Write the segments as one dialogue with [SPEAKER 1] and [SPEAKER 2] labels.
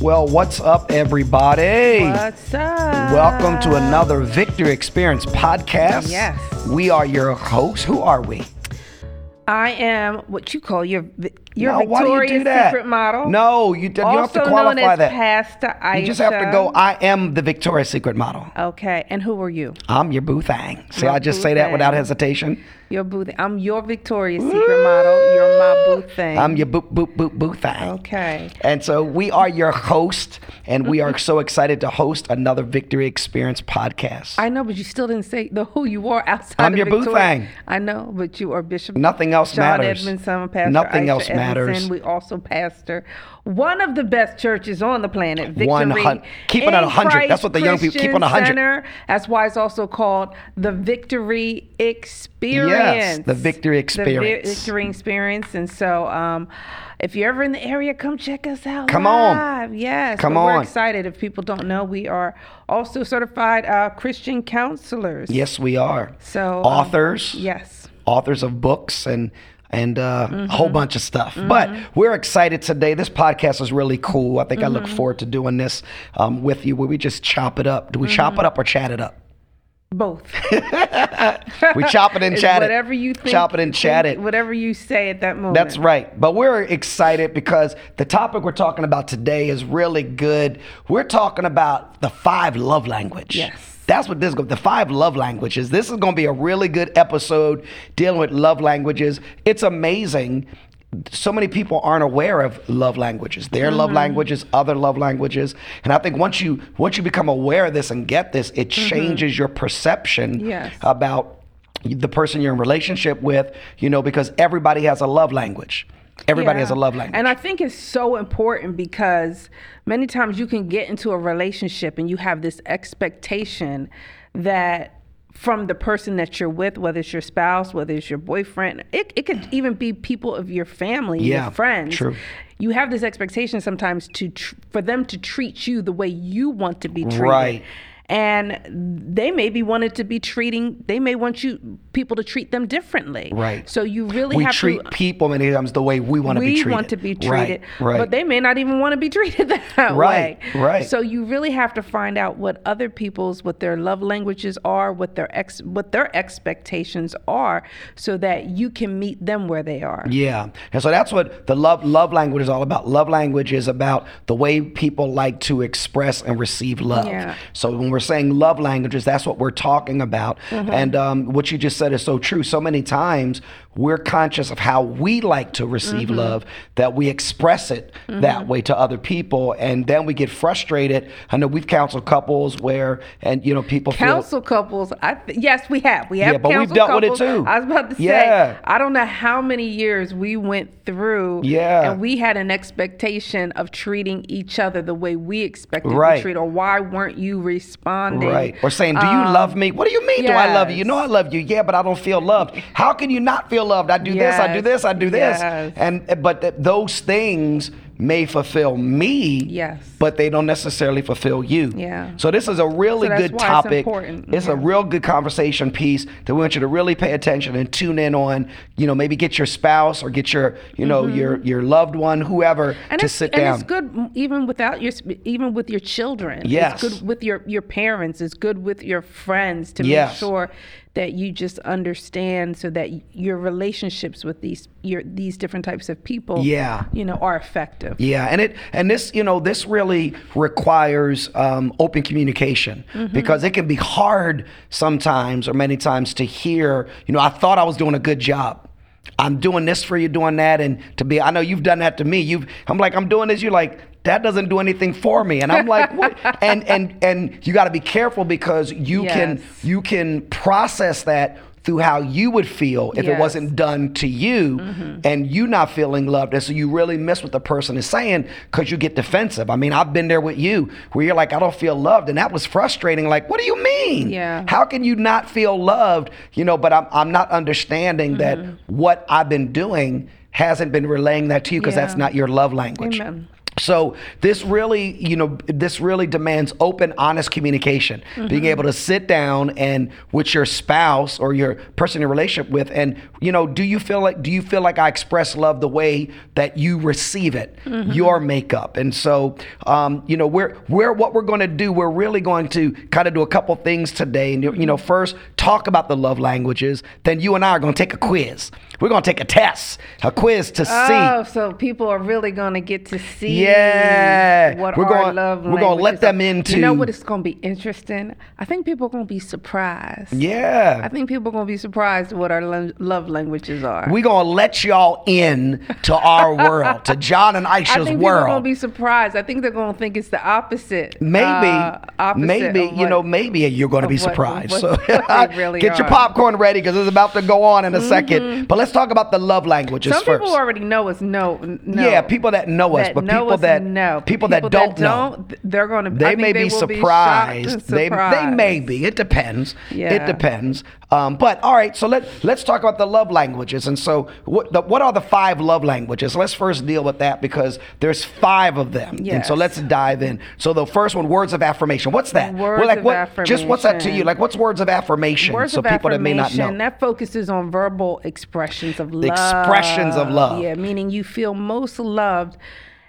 [SPEAKER 1] Well, what's up, everybody?
[SPEAKER 2] What's up?
[SPEAKER 1] Welcome to another Victory Experience podcast.
[SPEAKER 2] Yes.
[SPEAKER 1] We are your hosts. Who are we?
[SPEAKER 2] I am what you call your vi- your
[SPEAKER 1] No, why do you
[SPEAKER 2] Victoria's
[SPEAKER 1] do that?
[SPEAKER 2] Secret model.
[SPEAKER 1] No, you d- you have to
[SPEAKER 2] also known
[SPEAKER 1] qualify
[SPEAKER 2] as
[SPEAKER 1] that.
[SPEAKER 2] Pastor Aisha.
[SPEAKER 1] You just have to go, I am the Victoria's Secret model.
[SPEAKER 2] okay, and who were you?
[SPEAKER 1] I'm your boo thang. See,
[SPEAKER 2] Your
[SPEAKER 1] I just
[SPEAKER 2] boo
[SPEAKER 1] say that without
[SPEAKER 2] thang.
[SPEAKER 1] hesitation.
[SPEAKER 2] Your boo. Th- I'm your Victoria's Secret model. You're my boo thing.
[SPEAKER 1] I'm your boop, boop, boop, boo thang.
[SPEAKER 2] Okay.
[SPEAKER 1] And so we are your host, and we are so excited to host another Victory Experience podcast.
[SPEAKER 2] I know, but you still didn't say the who you are outside.
[SPEAKER 1] I'm
[SPEAKER 2] of
[SPEAKER 1] your boo
[SPEAKER 2] Victoria.
[SPEAKER 1] thang.
[SPEAKER 2] I know, but you are Bishop.
[SPEAKER 1] Nothing else
[SPEAKER 2] John
[SPEAKER 1] matters.
[SPEAKER 2] Edmondson, Pastor
[SPEAKER 1] Nothing
[SPEAKER 2] Aisha
[SPEAKER 1] else
[SPEAKER 2] Edmondson.
[SPEAKER 1] matters.
[SPEAKER 2] We also pastor one of the best churches on the planet, Victory.
[SPEAKER 1] One hun- keep it at
[SPEAKER 2] in
[SPEAKER 1] 100.
[SPEAKER 2] Christ
[SPEAKER 1] That's what the young people- keep it
[SPEAKER 2] Christian
[SPEAKER 1] at 100.
[SPEAKER 2] Center. That's why it's also called the Victory Experience.
[SPEAKER 1] the Victory
[SPEAKER 2] The Vi-
[SPEAKER 1] Experience.
[SPEAKER 2] Victory Experience. And so, um, if you're ever in the area, come check us out.
[SPEAKER 1] Come on.
[SPEAKER 2] live. Yes.
[SPEAKER 1] Come
[SPEAKER 2] but we're
[SPEAKER 1] on.
[SPEAKER 2] excited. If people don't know, we are also certified uh, Christian counselors.
[SPEAKER 1] yes, we are.
[SPEAKER 2] So um,
[SPEAKER 1] authors.
[SPEAKER 2] yes.
[SPEAKER 1] authors of books and and uh,
[SPEAKER 2] Mm-hmm.
[SPEAKER 1] a whole bunch of stuff. But we're excited today. This podcast is really cool. I think I
[SPEAKER 2] Mm-hmm.
[SPEAKER 1] look forward to doing this um, with you where we just chop it up. Do we chop it
[SPEAKER 2] Mm-hmm.
[SPEAKER 1] up or chat it up?
[SPEAKER 2] Both.
[SPEAKER 1] We chop it and
[SPEAKER 2] It's
[SPEAKER 1] chat
[SPEAKER 2] whatever
[SPEAKER 1] it.
[SPEAKER 2] you think.
[SPEAKER 1] Chop it and chat
[SPEAKER 2] think-
[SPEAKER 1] it.
[SPEAKER 2] Whatever you say at that moment.
[SPEAKER 1] That's right. But we're excited because the topic we're talking about today is really good. We're talking about the five love language.
[SPEAKER 2] Yes.
[SPEAKER 1] That's what this is going the five love languages. This is going to be a really good episode dealing with love languages. It's amazing so many people aren't aware of love languages their love
[SPEAKER 2] Mm-hmm.
[SPEAKER 1] languages other love languages and i think once you once you become aware of this and get this it changes your perception
[SPEAKER 2] Mm-hmm. Yes.
[SPEAKER 1] about the person you're in relationship with, you know, because everybody has a love language. Everybody
[SPEAKER 2] Yeah.
[SPEAKER 1] has a love language.
[SPEAKER 2] And I think it's so important because many times you can get into a relationship and you have this expectation that from the person that you're with, whether it's your spouse, whether it's your boyfriend, it, it could even be people of your family,
[SPEAKER 1] Yeah,
[SPEAKER 2] your friends.
[SPEAKER 1] true.
[SPEAKER 2] You have this expectation sometimes to tr- for them to treat you the way you want to be treated.
[SPEAKER 1] Right.
[SPEAKER 2] And they may be wanted to be treating. They may want you people to treat them differently.
[SPEAKER 1] Right.
[SPEAKER 2] So you really
[SPEAKER 1] we
[SPEAKER 2] have
[SPEAKER 1] treat
[SPEAKER 2] to
[SPEAKER 1] people many times the way we want to be
[SPEAKER 2] we
[SPEAKER 1] treated.
[SPEAKER 2] want to be treated,
[SPEAKER 1] Right. right.
[SPEAKER 2] but they may not even want to be treated that
[SPEAKER 1] Right,
[SPEAKER 2] way.
[SPEAKER 1] right.
[SPEAKER 2] So you really have to find out what other people's, what their love languages are, what their ex, what their expectations are, so that you can meet them where they are.
[SPEAKER 1] Yeah, and so that's what the love love language is all about. Love language is about the way people like to express and receive love.
[SPEAKER 2] Yeah.
[SPEAKER 1] So when we're saying love languages, that's what we're talking about. And um, what you just said is so true. So many times we're conscious of how we like to receive love that we express it that way to other people, and then we get frustrated. I know we've counseled couples where, and you know, people feel
[SPEAKER 2] Council couples, I th- yes, we have. We have
[SPEAKER 1] Yeah, but we've
[SPEAKER 2] council
[SPEAKER 1] dealt with it
[SPEAKER 2] couples.
[SPEAKER 1] too.
[SPEAKER 2] I was about to say,
[SPEAKER 1] Yeah.
[SPEAKER 2] I don't know how many years we went through,
[SPEAKER 1] Yeah.
[SPEAKER 2] and we had an expectation of treating each other the way we expected
[SPEAKER 1] Right.
[SPEAKER 2] to treat, or why weren't you responding?
[SPEAKER 1] Right. Or saying, Do you
[SPEAKER 2] Um,
[SPEAKER 1] love me? What do you mean, do I love you? You know, I
[SPEAKER 2] yes.
[SPEAKER 1] love you. Yeah, but I don't feel loved. How can you not feel loved? I do this, I do
[SPEAKER 2] Yes.
[SPEAKER 1] this, I do this.
[SPEAKER 2] Yes.
[SPEAKER 1] And eh, But th- those things may fulfill me,
[SPEAKER 2] Yes.
[SPEAKER 1] but they don't necessarily fulfill you.
[SPEAKER 2] Yeah.
[SPEAKER 1] So this is a really
[SPEAKER 2] So that's
[SPEAKER 1] good
[SPEAKER 2] why it's
[SPEAKER 1] topic.
[SPEAKER 2] important.
[SPEAKER 1] It's a
[SPEAKER 2] Yeah.
[SPEAKER 1] real good conversation piece that we want you to really pay attention and tune in on. You know, maybe get your spouse or get your, you know, your your loved one, whoever,
[SPEAKER 2] Mm-hmm. and
[SPEAKER 1] to
[SPEAKER 2] it's,
[SPEAKER 1] sit
[SPEAKER 2] and
[SPEAKER 1] down.
[SPEAKER 2] it's good m- even without your sp- even with your children.
[SPEAKER 1] Yes.
[SPEAKER 2] it's good with your your parents. It's good with your friends to
[SPEAKER 1] Yes.
[SPEAKER 2] make sure that you just understand so that y- your relationships with these your these different types of people,
[SPEAKER 1] Yeah.
[SPEAKER 2] you know, are effective.
[SPEAKER 1] Yeah, and it and this you know this really requires um, open communication
[SPEAKER 2] Mm-hmm.
[SPEAKER 1] because it can be hard sometimes or many times to hear. You know, I thought I was doing a good job. I'm doing this for you, doing that, and to be. I know you've done that to me. You've. I'm like I'm doing this. You're like that doesn't do anything for me, and I'm like what? And and and you got to be careful because you can
[SPEAKER 2] Yes.
[SPEAKER 1] you can process that through how you would feel if it
[SPEAKER 2] Yes.
[SPEAKER 1] wasn't done to you
[SPEAKER 2] Mm-hmm.
[SPEAKER 1] and you not feeling loved and so you really miss what the person is saying because you get defensive i mean i've been there with you where you're like i don't feel loved and that was frustrating like what do you mean
[SPEAKER 2] Yeah.
[SPEAKER 1] how can you not feel loved you know but i'm, I'm not understanding
[SPEAKER 2] Mm-hmm.
[SPEAKER 1] that what i've been doing hasn't been relaying that to you because
[SPEAKER 2] Yeah.
[SPEAKER 1] that's not your love language
[SPEAKER 2] Amen.
[SPEAKER 1] So this really, you know, this really demands open, honest communication. Being able to sit down and with your spouse or your person in relationship with, and you know, do you feel like do you feel like I express love the way that you receive it, your makeup? And so, um, you know, we're we're what we're going to do. We're really going to kind of do a couple things today. And you you know, first talk about the love languages. Then you and I are going to take a quiz. We're going to take a test, a quiz to see.
[SPEAKER 2] Oh, so people are really gonna get to see.
[SPEAKER 1] Yeah.
[SPEAKER 2] what
[SPEAKER 1] We're
[SPEAKER 2] our
[SPEAKER 1] gonna-
[SPEAKER 2] love
[SPEAKER 1] we're gonna let
[SPEAKER 2] languages
[SPEAKER 1] them
[SPEAKER 2] are.
[SPEAKER 1] into-
[SPEAKER 2] You know what? It's gonna be interesting. I think people are gonna be surprised.
[SPEAKER 1] Yeah.
[SPEAKER 2] I think people are gonna be surprised what our lo- love languages are.
[SPEAKER 1] We're gonna let y'all in to our world, to John and
[SPEAKER 2] I
[SPEAKER 1] Aisha's
[SPEAKER 2] think people are gonna
[SPEAKER 1] world.
[SPEAKER 2] be surprised. I think they're gonna think it's the opposite.
[SPEAKER 1] maybe,
[SPEAKER 2] uh, opposite
[SPEAKER 1] maybe
[SPEAKER 2] of
[SPEAKER 1] you
[SPEAKER 2] what-
[SPEAKER 1] know, maybe you're gonna be
[SPEAKER 2] of what-
[SPEAKER 1] surprised.
[SPEAKER 2] what-
[SPEAKER 1] so
[SPEAKER 2] what they really
[SPEAKER 1] get your
[SPEAKER 2] are. Mm-hmm.
[SPEAKER 1] popcorn ready because it's about to go on in a second. But let's talk about the love languages
[SPEAKER 2] Some
[SPEAKER 1] first.
[SPEAKER 2] people already know us. No, n- no.
[SPEAKER 1] Yeah, people that know us, but
[SPEAKER 2] know
[SPEAKER 1] people
[SPEAKER 2] us
[SPEAKER 1] that-
[SPEAKER 2] know.
[SPEAKER 1] people that don't know.
[SPEAKER 2] th- They're going to.
[SPEAKER 1] they may be surprised. They, they may be. It depends. It
[SPEAKER 2] Yeah.
[SPEAKER 1] depends. Um, but all right, so let let's talk about the love languages. And so, what the, what are the five love languages? Let's first deal with that because there's five of them. And so
[SPEAKER 2] Yes.
[SPEAKER 1] let's dive in. So the first one, words of affirmation. What's that?
[SPEAKER 2] Words
[SPEAKER 1] like,
[SPEAKER 2] of
[SPEAKER 1] what, Just what's that to you?
[SPEAKER 2] affirmation.
[SPEAKER 1] Like, what's words of affirmation?
[SPEAKER 2] Words
[SPEAKER 1] so
[SPEAKER 2] of
[SPEAKER 1] people that may not
[SPEAKER 2] affirmation,
[SPEAKER 1] know.
[SPEAKER 2] That focuses on verbal expressions of love.
[SPEAKER 1] Expressions of love.
[SPEAKER 2] Yeah, meaning you feel most loved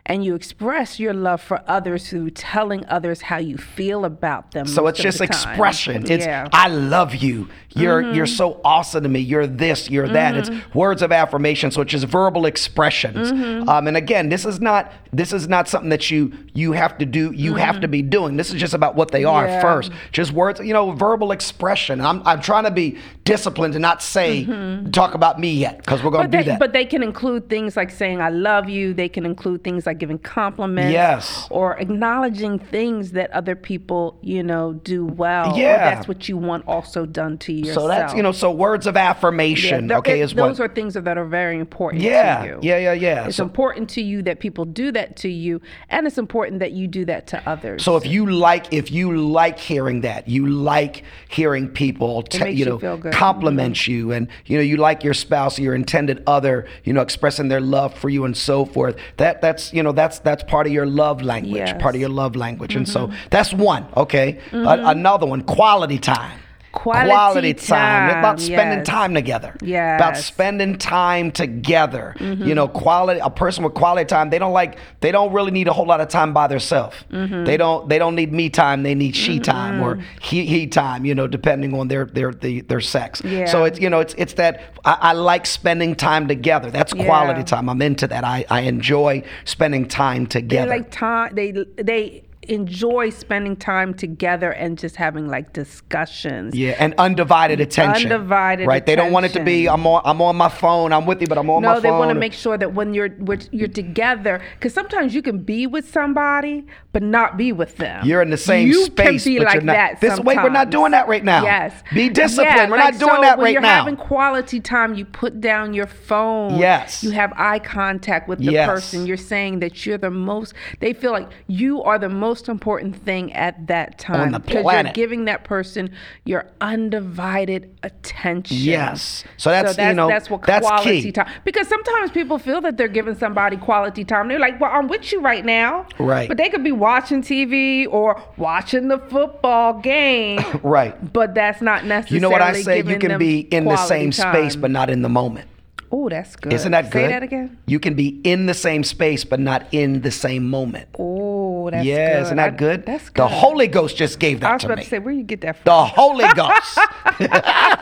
[SPEAKER 2] and you express your love for others through telling others how you feel about them.
[SPEAKER 1] So
[SPEAKER 2] most
[SPEAKER 1] it's
[SPEAKER 2] of
[SPEAKER 1] just
[SPEAKER 2] the time.
[SPEAKER 1] expression. It's
[SPEAKER 2] yeah. Mm-hmm.
[SPEAKER 1] I love you. You're you're so awesome to me. You're this. You're that. It's words of affirmation. So it's just verbal expressions.
[SPEAKER 2] Mm-hmm.
[SPEAKER 1] Um, and again, this is not this is not something that you you have to do. You have to be doing. This is just about what they are
[SPEAKER 2] Mm-hmm. Yeah.
[SPEAKER 1] first. Just words. You know, verbal expression. I'm I'm trying to be disciplined and not say talk about me yet because we're gonna
[SPEAKER 2] Mm-hmm. But
[SPEAKER 1] do
[SPEAKER 2] they,
[SPEAKER 1] that.
[SPEAKER 2] but they can include things like saying "I love you." They can include things like giving compliments,
[SPEAKER 1] Yes.
[SPEAKER 2] or acknowledging things that other people, you know, do well. or
[SPEAKER 1] Yeah.
[SPEAKER 2] that's what you want also done to yourself.
[SPEAKER 1] so that's you know so words of
[SPEAKER 2] Yeah,
[SPEAKER 1] affirmation.
[SPEAKER 2] th-
[SPEAKER 1] okay,
[SPEAKER 2] it-
[SPEAKER 1] is one.
[SPEAKER 2] those are things that are very important.
[SPEAKER 1] Yeah,
[SPEAKER 2] to you.
[SPEAKER 1] yeah, yeah, yeah.
[SPEAKER 2] It's
[SPEAKER 1] So-
[SPEAKER 2] important to you that people do that to you, and it's important that you do that to others.
[SPEAKER 1] So if you like, if you like hearing that, you like hearing people, te-
[SPEAKER 2] makes
[SPEAKER 1] you
[SPEAKER 2] you
[SPEAKER 1] know,
[SPEAKER 2] feel good.
[SPEAKER 1] compliment you, and you know, you like your spouse, or your intended other, you know, expressing their love for you and so forth. That that's you know, that's that's part of your love language,
[SPEAKER 2] Yes. Mm-hmm.
[SPEAKER 1] part of your love language, and so that's one. Okay, A- another one, quality time.
[SPEAKER 2] Quality
[SPEAKER 1] It's about
[SPEAKER 2] time,
[SPEAKER 1] spending
[SPEAKER 2] yes.
[SPEAKER 1] time together. About
[SPEAKER 2] Yes. Mm-hmm.
[SPEAKER 1] spending time together. You know, quality a person with quality time, they don't like they don't really need a whole lot of time by themselves.
[SPEAKER 2] Mm-hmm.
[SPEAKER 1] They don't they don't need me time, they need she time or he he time, you know, depending on their their the, their sex. So
[SPEAKER 2] Yeah.
[SPEAKER 1] it's you know, it's it's that I, I like spending time together. That's quality
[SPEAKER 2] Yeah.
[SPEAKER 1] time. I'm into that. I, I enjoy spending time
[SPEAKER 2] they
[SPEAKER 1] together.
[SPEAKER 2] like time, they they enjoy spending time together and just having like discussions.
[SPEAKER 1] Yeah, and undivided attention.
[SPEAKER 2] Mm-hmm. Undivided
[SPEAKER 1] Right. They don't want it to be I'm on I'm on my phone. I'm with you, but I'm on
[SPEAKER 2] no,
[SPEAKER 1] my phone.
[SPEAKER 2] they want to make sure that when you're which you're together, because sometimes you can be with somebody but not be with them.
[SPEAKER 1] You're in the same
[SPEAKER 2] you
[SPEAKER 1] space,
[SPEAKER 2] can be
[SPEAKER 1] but
[SPEAKER 2] like
[SPEAKER 1] you're not-
[SPEAKER 2] That
[SPEAKER 1] This- wait, we're not
[SPEAKER 2] sometimes.
[SPEAKER 1] doing that right now.
[SPEAKER 2] Yes,
[SPEAKER 1] Be disciplined.
[SPEAKER 2] Yeah,
[SPEAKER 1] We're not
[SPEAKER 2] like,
[SPEAKER 1] doing
[SPEAKER 2] so
[SPEAKER 1] that
[SPEAKER 2] when
[SPEAKER 1] right
[SPEAKER 2] you're
[SPEAKER 1] now.
[SPEAKER 2] having quality time, you put down your phone.
[SPEAKER 1] Yes.
[SPEAKER 2] you have eye contact with the
[SPEAKER 1] Yes.
[SPEAKER 2] person. You're saying that you're the most. They feel like you are the most important thing at that time
[SPEAKER 1] the
[SPEAKER 2] because
[SPEAKER 1] planet.
[SPEAKER 2] you're giving that person your undivided attention.
[SPEAKER 1] Yes. So that's, you know,
[SPEAKER 2] that's what
[SPEAKER 1] that's
[SPEAKER 2] quality
[SPEAKER 1] key.
[SPEAKER 2] time because sometimes people feel that they're giving somebody quality time. They're like, "Well, I'm with you right now,"
[SPEAKER 1] Right.
[SPEAKER 2] But they could be watching TV or watching the football game,
[SPEAKER 1] Right.
[SPEAKER 2] But that's not necessarily.
[SPEAKER 1] You know what I say? You
[SPEAKER 2] giving
[SPEAKER 1] can
[SPEAKER 2] them
[SPEAKER 1] be in the same
[SPEAKER 2] quality
[SPEAKER 1] space,
[SPEAKER 2] time.
[SPEAKER 1] but not in the moment.
[SPEAKER 2] oh, that's good.
[SPEAKER 1] Isn't that good?
[SPEAKER 2] Say that again.
[SPEAKER 1] You can be in the same space, but not in the same moment.
[SPEAKER 2] Oh, that's
[SPEAKER 1] yeah,
[SPEAKER 2] good.
[SPEAKER 1] isn't that
[SPEAKER 2] I-
[SPEAKER 1] good?
[SPEAKER 2] that's good.
[SPEAKER 1] The Holy Ghost just gave that
[SPEAKER 2] I was
[SPEAKER 1] to
[SPEAKER 2] about
[SPEAKER 1] me.
[SPEAKER 2] to say, where you get that from?
[SPEAKER 1] the Holy Ghost.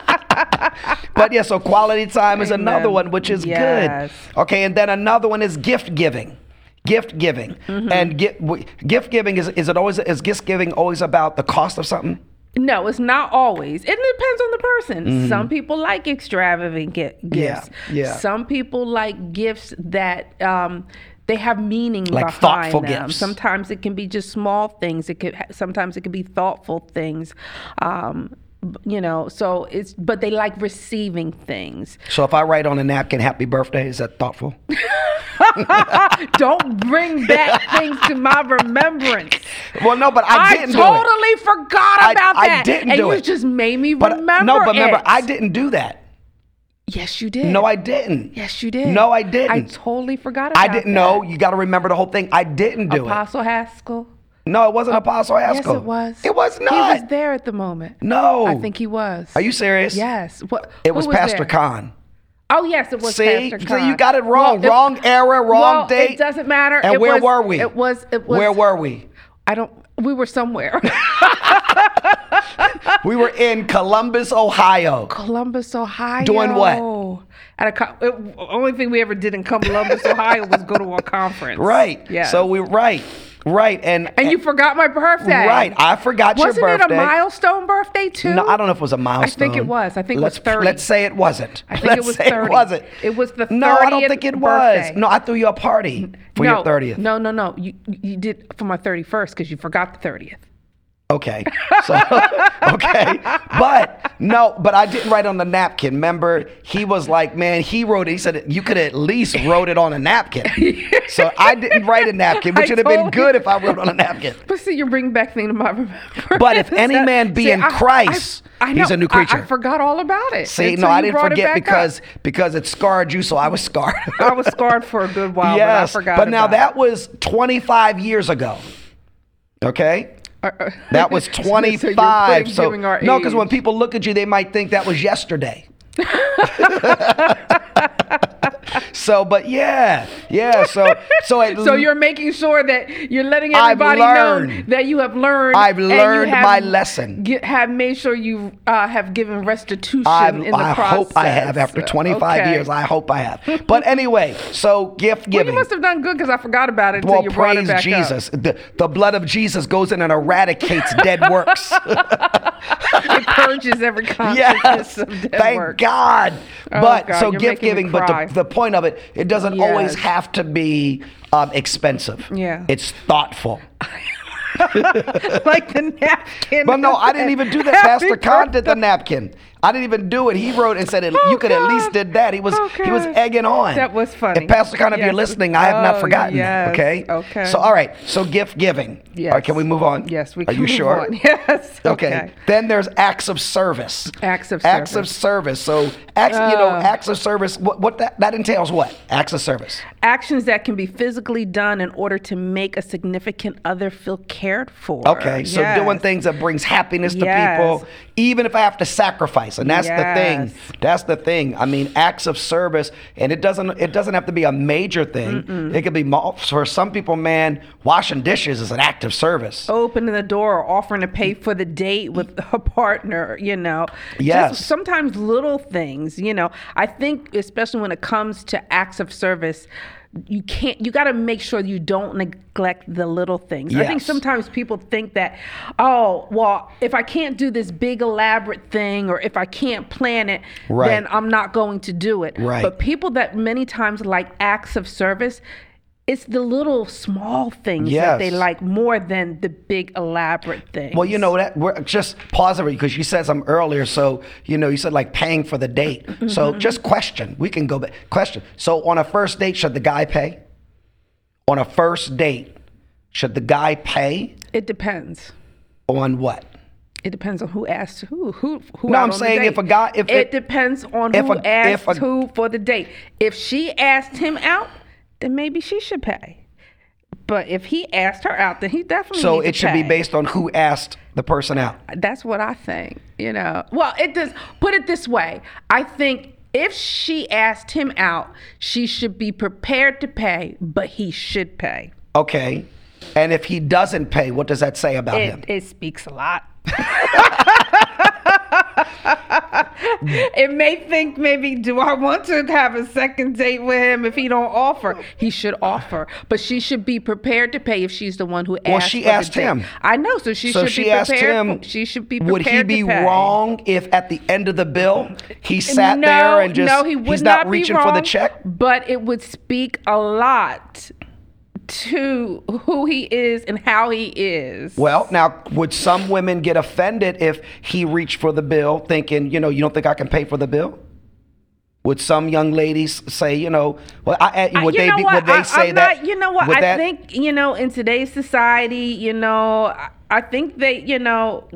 [SPEAKER 1] but yeah, so quality time is another
[SPEAKER 2] Amen.
[SPEAKER 1] one, which is
[SPEAKER 2] Yes.
[SPEAKER 1] good. Okay, and then another one is gift giving. Gift giving
[SPEAKER 2] Mm-hmm.
[SPEAKER 1] and gi- w- gift giving is is it always is gift giving always about the cost of something?
[SPEAKER 2] No, it's not always. It depends on the person. Some people like extravagant gi-
[SPEAKER 1] Mm-hmm. Yeah,
[SPEAKER 2] gifts.
[SPEAKER 1] yeah.
[SPEAKER 2] Some people like gifts that um, they have meaning
[SPEAKER 1] Like
[SPEAKER 2] behind
[SPEAKER 1] thoughtful
[SPEAKER 2] them.
[SPEAKER 1] gifts.
[SPEAKER 2] Sometimes it can be just small things. It could ha- sometimes it could be thoughtful things. Um, b- you know, so it's but they like receiving things.
[SPEAKER 1] So if I write on a napkin "Happy Birthday," is that thoughtful?
[SPEAKER 2] Don't bring back things to my remembrance.
[SPEAKER 1] Well, no, but I,
[SPEAKER 2] I,
[SPEAKER 1] didn't do it.
[SPEAKER 2] totally forgot
[SPEAKER 1] I-
[SPEAKER 2] about
[SPEAKER 1] I
[SPEAKER 2] that.
[SPEAKER 1] didn't
[SPEAKER 2] and
[SPEAKER 1] do
[SPEAKER 2] you
[SPEAKER 1] it.
[SPEAKER 2] just made me
[SPEAKER 1] But
[SPEAKER 2] remember.
[SPEAKER 1] no, but remember,
[SPEAKER 2] it.
[SPEAKER 1] I didn't do that.
[SPEAKER 2] Yes, you did.
[SPEAKER 1] No, I didn't.
[SPEAKER 2] Yes, you did.
[SPEAKER 1] No, I didn't.
[SPEAKER 2] I totally forgot about
[SPEAKER 1] I didn't know. You got to remember the whole thing. I didn't do it.
[SPEAKER 2] Apostle Haskell.
[SPEAKER 1] No, it wasn't Apostle Haskell.
[SPEAKER 2] Yes, it was.
[SPEAKER 1] It was not.
[SPEAKER 2] He was there at the moment.
[SPEAKER 1] No.
[SPEAKER 2] I think he was.
[SPEAKER 1] Are you serious?
[SPEAKER 2] Yes. What?
[SPEAKER 1] It
[SPEAKER 2] who
[SPEAKER 1] was, Pastor
[SPEAKER 2] there?
[SPEAKER 1] Khan.
[SPEAKER 2] Oh yes, it was
[SPEAKER 1] See,
[SPEAKER 2] Pastor
[SPEAKER 1] so
[SPEAKER 2] Khan.
[SPEAKER 1] you got it wrong.
[SPEAKER 2] Well, it-
[SPEAKER 1] wrong era, wrong
[SPEAKER 2] well,
[SPEAKER 1] date.
[SPEAKER 2] It doesn't matter.
[SPEAKER 1] And
[SPEAKER 2] It
[SPEAKER 1] where
[SPEAKER 2] was-
[SPEAKER 1] were we?
[SPEAKER 2] It was. It was.
[SPEAKER 1] Where were we?
[SPEAKER 2] I don't. We were somewhere.
[SPEAKER 1] We were in Columbus, Ohio.
[SPEAKER 2] Columbus, Ohio.
[SPEAKER 1] Doing what?
[SPEAKER 2] At a co- it, only thing we ever did in Columbus, Ohio, was go to a conference.
[SPEAKER 1] Right.
[SPEAKER 2] Yeah.
[SPEAKER 1] So we right, right, and
[SPEAKER 2] and you forgot my birthday.
[SPEAKER 1] right. I forgot
[SPEAKER 2] Wasn't
[SPEAKER 1] your birthday.
[SPEAKER 2] it a milestone birthday too?
[SPEAKER 1] No, I don't know if it was a
[SPEAKER 2] I
[SPEAKER 1] milestone.
[SPEAKER 2] think it was. I think it was
[SPEAKER 1] let's,
[SPEAKER 2] 30.
[SPEAKER 1] Let's say it wasn't.
[SPEAKER 2] I think
[SPEAKER 1] let's
[SPEAKER 2] it was
[SPEAKER 1] say
[SPEAKER 2] 30.
[SPEAKER 1] it wasn't.
[SPEAKER 2] It was the
[SPEAKER 1] No, I don't
[SPEAKER 2] 30th
[SPEAKER 1] think it
[SPEAKER 2] birthday.
[SPEAKER 1] was. No, I threw you a party for
[SPEAKER 2] no,
[SPEAKER 1] your thirtieth.
[SPEAKER 2] No, no, no. You you did for my thirty first because you forgot the thirtieth.
[SPEAKER 1] Okay. So okay. But no, but I didn't write on the napkin. Remember, he was like, man, he wrote it. He said you could at least wrote it on a napkin. So I didn't write a napkin,
[SPEAKER 2] I
[SPEAKER 1] which would have been
[SPEAKER 2] totally-
[SPEAKER 1] good if I wrote on a napkin.
[SPEAKER 2] But see, you're bringing back things to my remembrance.
[SPEAKER 1] But if any man be
[SPEAKER 2] See,
[SPEAKER 1] in
[SPEAKER 2] I- I-
[SPEAKER 1] Christ,
[SPEAKER 2] I
[SPEAKER 1] he's
[SPEAKER 2] know.
[SPEAKER 1] a new
[SPEAKER 2] I- I,
[SPEAKER 1] creature.
[SPEAKER 2] forgot all about it.
[SPEAKER 1] See, no,
[SPEAKER 2] until
[SPEAKER 1] I
[SPEAKER 2] you
[SPEAKER 1] didn't
[SPEAKER 2] brought it
[SPEAKER 1] forget
[SPEAKER 2] back up.
[SPEAKER 1] because because it scarred you, so I was scarred.
[SPEAKER 2] I was scarred for a good while.
[SPEAKER 1] yes,
[SPEAKER 2] but I forgot.
[SPEAKER 1] now
[SPEAKER 2] about it.
[SPEAKER 1] that was 25 years ago. Okay,
[SPEAKER 2] Uh, uh,
[SPEAKER 1] that was
[SPEAKER 2] so you're putting-
[SPEAKER 1] 25. So,
[SPEAKER 2] giving our
[SPEAKER 1] no, because
[SPEAKER 2] age.
[SPEAKER 1] when people look at you, they might think that was yesterday. so, but yeah, yeah. So, so it,
[SPEAKER 2] So you're making sure that you're letting
[SPEAKER 1] I've
[SPEAKER 2] everybody know
[SPEAKER 1] learned.
[SPEAKER 2] that you have learned.
[SPEAKER 1] I've
[SPEAKER 2] and you
[SPEAKER 1] learned
[SPEAKER 2] have
[SPEAKER 1] my lesson.
[SPEAKER 2] Get, have made sure you uh, have given restitution
[SPEAKER 1] I,
[SPEAKER 2] in the
[SPEAKER 1] I
[SPEAKER 2] process.
[SPEAKER 1] hope I have after 25
[SPEAKER 2] Okay.
[SPEAKER 1] years. I hope I have. But anyway, so gift
[SPEAKER 2] Well,
[SPEAKER 1] giving.
[SPEAKER 2] you must have done good because I forgot about it until
[SPEAKER 1] Well,
[SPEAKER 2] you brought it
[SPEAKER 1] praise
[SPEAKER 2] back up.
[SPEAKER 1] Jesus. The, the blood of Jesus goes in and eradicates dead works.
[SPEAKER 2] It purges every consciousness
[SPEAKER 1] yes.
[SPEAKER 2] of dead
[SPEAKER 1] Thank
[SPEAKER 2] work.
[SPEAKER 1] God.
[SPEAKER 2] Oh,
[SPEAKER 1] but
[SPEAKER 2] God,
[SPEAKER 1] so
[SPEAKER 2] you're
[SPEAKER 1] gift
[SPEAKER 2] making me
[SPEAKER 1] giving, but
[SPEAKER 2] cry.
[SPEAKER 1] the, the point of it, it doesn't always
[SPEAKER 2] Yes.
[SPEAKER 1] have to be um, expensive.
[SPEAKER 2] Yeah.
[SPEAKER 1] It's thoughtful.
[SPEAKER 2] like the napkin.
[SPEAKER 1] But no, I didn't even do that.
[SPEAKER 2] Happy
[SPEAKER 1] Pastor Khan did
[SPEAKER 2] birthday.
[SPEAKER 1] the napkin. I didn't even do it. He wrote and said it,
[SPEAKER 2] Oh,
[SPEAKER 1] you could at least
[SPEAKER 2] God.
[SPEAKER 1] did that. He was
[SPEAKER 2] Oh,
[SPEAKER 1] he was
[SPEAKER 2] God.
[SPEAKER 1] egging on.
[SPEAKER 2] That was funny.
[SPEAKER 1] And Pastor Khan, if you're
[SPEAKER 2] Yes.
[SPEAKER 1] listening, I have not
[SPEAKER 2] Oh,
[SPEAKER 1] forgotten. that,
[SPEAKER 2] yes.
[SPEAKER 1] Okay.
[SPEAKER 2] Okay.
[SPEAKER 1] So all right. So gift giving.
[SPEAKER 2] Yes.
[SPEAKER 1] All right, can we move on?
[SPEAKER 2] Yes, we
[SPEAKER 1] Are
[SPEAKER 2] can
[SPEAKER 1] you
[SPEAKER 2] move
[SPEAKER 1] sure?
[SPEAKER 2] on. Yes.
[SPEAKER 1] Okay. Then there's acts of service.
[SPEAKER 2] Acts of
[SPEAKER 1] acts of service. So acts, you know,
[SPEAKER 2] Uh.
[SPEAKER 1] acts of service. What what that, that entails? What acts of service?
[SPEAKER 2] Actions that can be physically done in order to make a significant other feel cared for.
[SPEAKER 1] Okay, so doing
[SPEAKER 2] Yes.
[SPEAKER 1] things that brings happiness to
[SPEAKER 2] Yes.
[SPEAKER 1] people, even if I have to sacrifice, and that's the
[SPEAKER 2] Yes.
[SPEAKER 1] thing. That's the thing. I mean, acts of service, and it doesn't it doesn't have to be a major thing. It could be mo- for some people, man, washing dishes is an act of service.
[SPEAKER 2] Opening the door or offering to pay for the date with a partner, you know.
[SPEAKER 1] Yes.
[SPEAKER 2] Just sometimes little things, you know. I think, especially when it comes to acts of service, you can't, you got to make sure you don't neglect the little things. I think
[SPEAKER 1] Yes.
[SPEAKER 2] sometimes people think that, oh, well, if I can't do this big elaborate thing or if I can't plan it,
[SPEAKER 1] Right.
[SPEAKER 2] then I'm not going to do it.
[SPEAKER 1] Right.
[SPEAKER 2] But people that many times like acts of service, it's the little small things that they
[SPEAKER 1] Yes.
[SPEAKER 2] like more than the big elaborate things.
[SPEAKER 1] Well, you know that we're just pause it because you said something earlier. So you know you said like paying for the date.
[SPEAKER 2] Mm-hmm,
[SPEAKER 1] So just question. We can go back. Question. So on a first date, should the guy pay? On a first date, should the guy pay
[SPEAKER 2] it depends.
[SPEAKER 1] on what?
[SPEAKER 2] It depends on who asked who who who.
[SPEAKER 1] No,
[SPEAKER 2] out
[SPEAKER 1] I'm
[SPEAKER 2] on the
[SPEAKER 1] saying
[SPEAKER 2] date.
[SPEAKER 1] if a guy- if
[SPEAKER 2] it,
[SPEAKER 1] it-
[SPEAKER 2] depends on
[SPEAKER 1] if
[SPEAKER 2] who
[SPEAKER 1] a- if
[SPEAKER 2] asked
[SPEAKER 1] a-
[SPEAKER 2] who for the date. If she asked him out, then maybe she should pay. But if he asked her out, then he definitely
[SPEAKER 1] So
[SPEAKER 2] needs
[SPEAKER 1] it
[SPEAKER 2] to
[SPEAKER 1] should be
[SPEAKER 2] pay.
[SPEAKER 1] based on who asked the person out.
[SPEAKER 2] That's what I think. You know. Well, it does. Put it this way. I think if she asked him out, she should be prepared to pay, but he should pay.
[SPEAKER 1] Okay. And if he doesn't pay, what does that say about him?
[SPEAKER 2] It, it speaks a lot. it may think maybe do I want to have a second date with him if he don't offer? He should offer, but she should be prepared to pay if she's the one who asked.
[SPEAKER 1] she
[SPEAKER 2] for the
[SPEAKER 1] asked
[SPEAKER 2] date.
[SPEAKER 1] him.
[SPEAKER 2] I know, so she
[SPEAKER 1] so
[SPEAKER 2] should
[SPEAKER 1] she
[SPEAKER 2] be
[SPEAKER 1] asked
[SPEAKER 2] prepared.
[SPEAKER 1] him.
[SPEAKER 2] for- she should be.
[SPEAKER 1] Would he
[SPEAKER 2] prepared to
[SPEAKER 1] be
[SPEAKER 2] pay.
[SPEAKER 1] wrong if at the end of the bill he sat
[SPEAKER 2] no,
[SPEAKER 1] there and just
[SPEAKER 2] no, he would
[SPEAKER 1] he's not,
[SPEAKER 2] be
[SPEAKER 1] reaching for
[SPEAKER 2] wrong,
[SPEAKER 1] the check?
[SPEAKER 2] But it would speak a lot to who he is and how he is.
[SPEAKER 1] Well, now would some women get offended if he reached for the bill, thinking, you know, you don't think I can pay for the bill? Would some young ladies say, you know, well, I, I,
[SPEAKER 2] I-
[SPEAKER 1] would
[SPEAKER 2] you
[SPEAKER 1] they
[SPEAKER 2] know
[SPEAKER 1] be,
[SPEAKER 2] what?
[SPEAKER 1] would they
[SPEAKER 2] I,
[SPEAKER 1] say
[SPEAKER 2] I'm
[SPEAKER 1] that?
[SPEAKER 2] Not, you know what?
[SPEAKER 1] would
[SPEAKER 2] I
[SPEAKER 1] that-
[SPEAKER 2] think you know in today's society, you know, I, I think they, you know,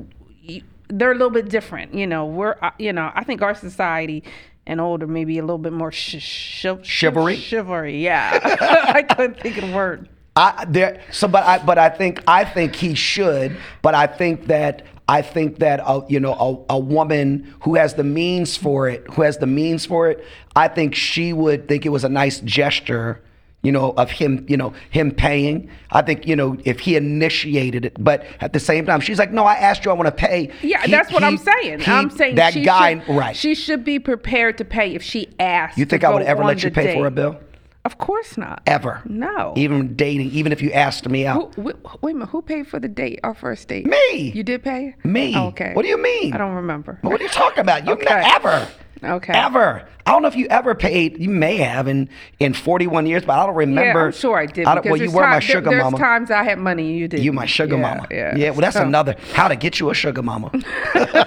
[SPEAKER 2] y- they're a little bit different. You know, we're, uh, you know, I think our society and older, maybe a little bit more sh- sh-
[SPEAKER 1] Chivalry?
[SPEAKER 2] Chivalry, yeah. I couldn't think of the word.
[SPEAKER 1] I there so but I but I think I think he should, but I think that I think that a, you know a, a woman who has the means for it, who has the means for it, I think she would think it was a nice gesture, you know, of him, you know, him paying. I think you know if he initiated it, but at the same time, she's like, no, I asked you, I want to pay.
[SPEAKER 2] Yeah,
[SPEAKER 1] He-
[SPEAKER 2] that's what
[SPEAKER 1] he-
[SPEAKER 2] I'm saying.
[SPEAKER 1] he-
[SPEAKER 2] I'm saying
[SPEAKER 1] that
[SPEAKER 2] she
[SPEAKER 1] guy,
[SPEAKER 2] should,
[SPEAKER 1] right?
[SPEAKER 2] She should be prepared to pay if she asks.
[SPEAKER 1] you think
[SPEAKER 2] to
[SPEAKER 1] I would
[SPEAKER 2] go
[SPEAKER 1] ever
[SPEAKER 2] on
[SPEAKER 1] let you
[SPEAKER 2] the
[SPEAKER 1] pay for a
[SPEAKER 2] date.
[SPEAKER 1] bill?
[SPEAKER 2] Of course not.
[SPEAKER 1] Ever?
[SPEAKER 2] No.
[SPEAKER 1] Even dating, even if you asked me out.
[SPEAKER 2] Who, wh- wait a minute. Who paid for the date? Our first date.
[SPEAKER 1] Me.
[SPEAKER 2] You did pay.
[SPEAKER 1] Me.
[SPEAKER 2] Oh, okay.
[SPEAKER 1] What do you mean?
[SPEAKER 2] I don't remember.
[SPEAKER 1] What are you talking about? You've
[SPEAKER 2] Okay.
[SPEAKER 1] not ever.
[SPEAKER 2] Okay.
[SPEAKER 1] Ever. I don't know if you ever paid. You may have in in 41 years, but I don't remember.
[SPEAKER 2] Yeah, I'm sure I did.
[SPEAKER 1] I don't,
[SPEAKER 2] because
[SPEAKER 1] well, you
[SPEAKER 2] there's
[SPEAKER 1] were my
[SPEAKER 2] time- there-
[SPEAKER 1] sugar
[SPEAKER 2] there's
[SPEAKER 1] mama.
[SPEAKER 2] times I had money and you didn't.
[SPEAKER 1] You my sugar
[SPEAKER 2] Yeah,
[SPEAKER 1] mama.
[SPEAKER 2] Yeah.
[SPEAKER 1] Yeah. Well, that's
[SPEAKER 2] So-
[SPEAKER 1] another. How to get you a sugar mama.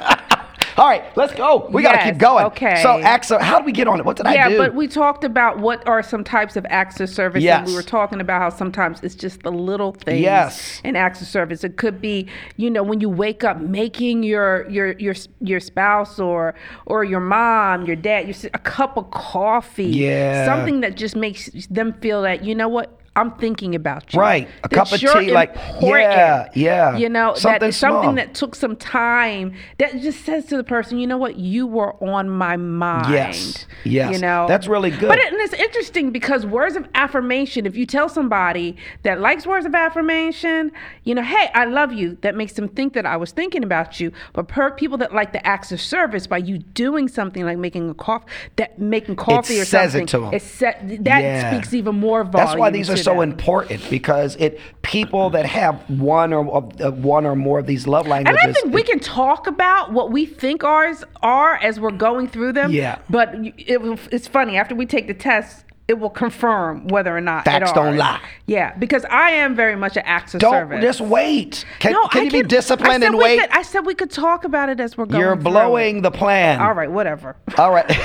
[SPEAKER 1] All right, let's go. We gotta
[SPEAKER 2] Yes,
[SPEAKER 1] keep going.
[SPEAKER 2] okay.
[SPEAKER 1] So, Axel, how do we get on it? What did I
[SPEAKER 2] Yeah,
[SPEAKER 1] do?
[SPEAKER 2] but we talked about what are some types of acts of service. And
[SPEAKER 1] Yes.
[SPEAKER 2] we were talking about how sometimes it's just the little things
[SPEAKER 1] Yes.
[SPEAKER 2] in acts of service. It could be, you know, when you wake up making your your your your spouse or or your mom, your dad, your, si- a cup of coffee.
[SPEAKER 1] Yeah.
[SPEAKER 2] Something that just makes them feel that, you know what? I'm thinking about you.
[SPEAKER 1] Right. A
[SPEAKER 2] That
[SPEAKER 1] cup of
[SPEAKER 2] you're
[SPEAKER 1] tea, like,
[SPEAKER 2] important.
[SPEAKER 1] yeah, yeah.
[SPEAKER 2] You know,
[SPEAKER 1] Something
[SPEAKER 2] that something
[SPEAKER 1] small.
[SPEAKER 2] that took some time that just says to the person, you know what, you were on my mind.
[SPEAKER 1] Yes. Yes.
[SPEAKER 2] You know,
[SPEAKER 1] That's really good.
[SPEAKER 2] But it, and it's interesting because words of affirmation, if you tell somebody that likes words of affirmation, you know, hey, I love you, that makes them think that I was thinking about you. But per people that like the acts of service, by you doing something like making a coffee, that making coffee or
[SPEAKER 1] says it
[SPEAKER 2] something,
[SPEAKER 1] to 'em.
[SPEAKER 2] It sa- that
[SPEAKER 1] Yeah.
[SPEAKER 2] speaks even more volume.
[SPEAKER 1] That's why these are
[SPEAKER 2] to
[SPEAKER 1] so
[SPEAKER 2] them.
[SPEAKER 1] important because it people that have one or uh, one or more of these love
[SPEAKER 2] And
[SPEAKER 1] languages.
[SPEAKER 2] I think we can talk about what we think ours are as we're going through them.
[SPEAKER 1] Yeah.
[SPEAKER 2] But y- it, will- it's funny after we take the test, it will confirm whether or not it
[SPEAKER 1] Facts don't
[SPEAKER 2] ours.
[SPEAKER 1] lie.
[SPEAKER 2] Yeah, because I am very much an acts of
[SPEAKER 1] don't
[SPEAKER 2] service.
[SPEAKER 1] just wait. Can,
[SPEAKER 2] No,
[SPEAKER 1] can
[SPEAKER 2] I
[SPEAKER 1] you be
[SPEAKER 2] can- I
[SPEAKER 1] disciplined
[SPEAKER 2] said
[SPEAKER 1] and
[SPEAKER 2] we
[SPEAKER 1] wait?
[SPEAKER 2] could- I said we could talk about it as we're going.
[SPEAKER 1] You're
[SPEAKER 2] through it.
[SPEAKER 1] blowing the Uh, plan.
[SPEAKER 2] All right, whatever.
[SPEAKER 1] All right.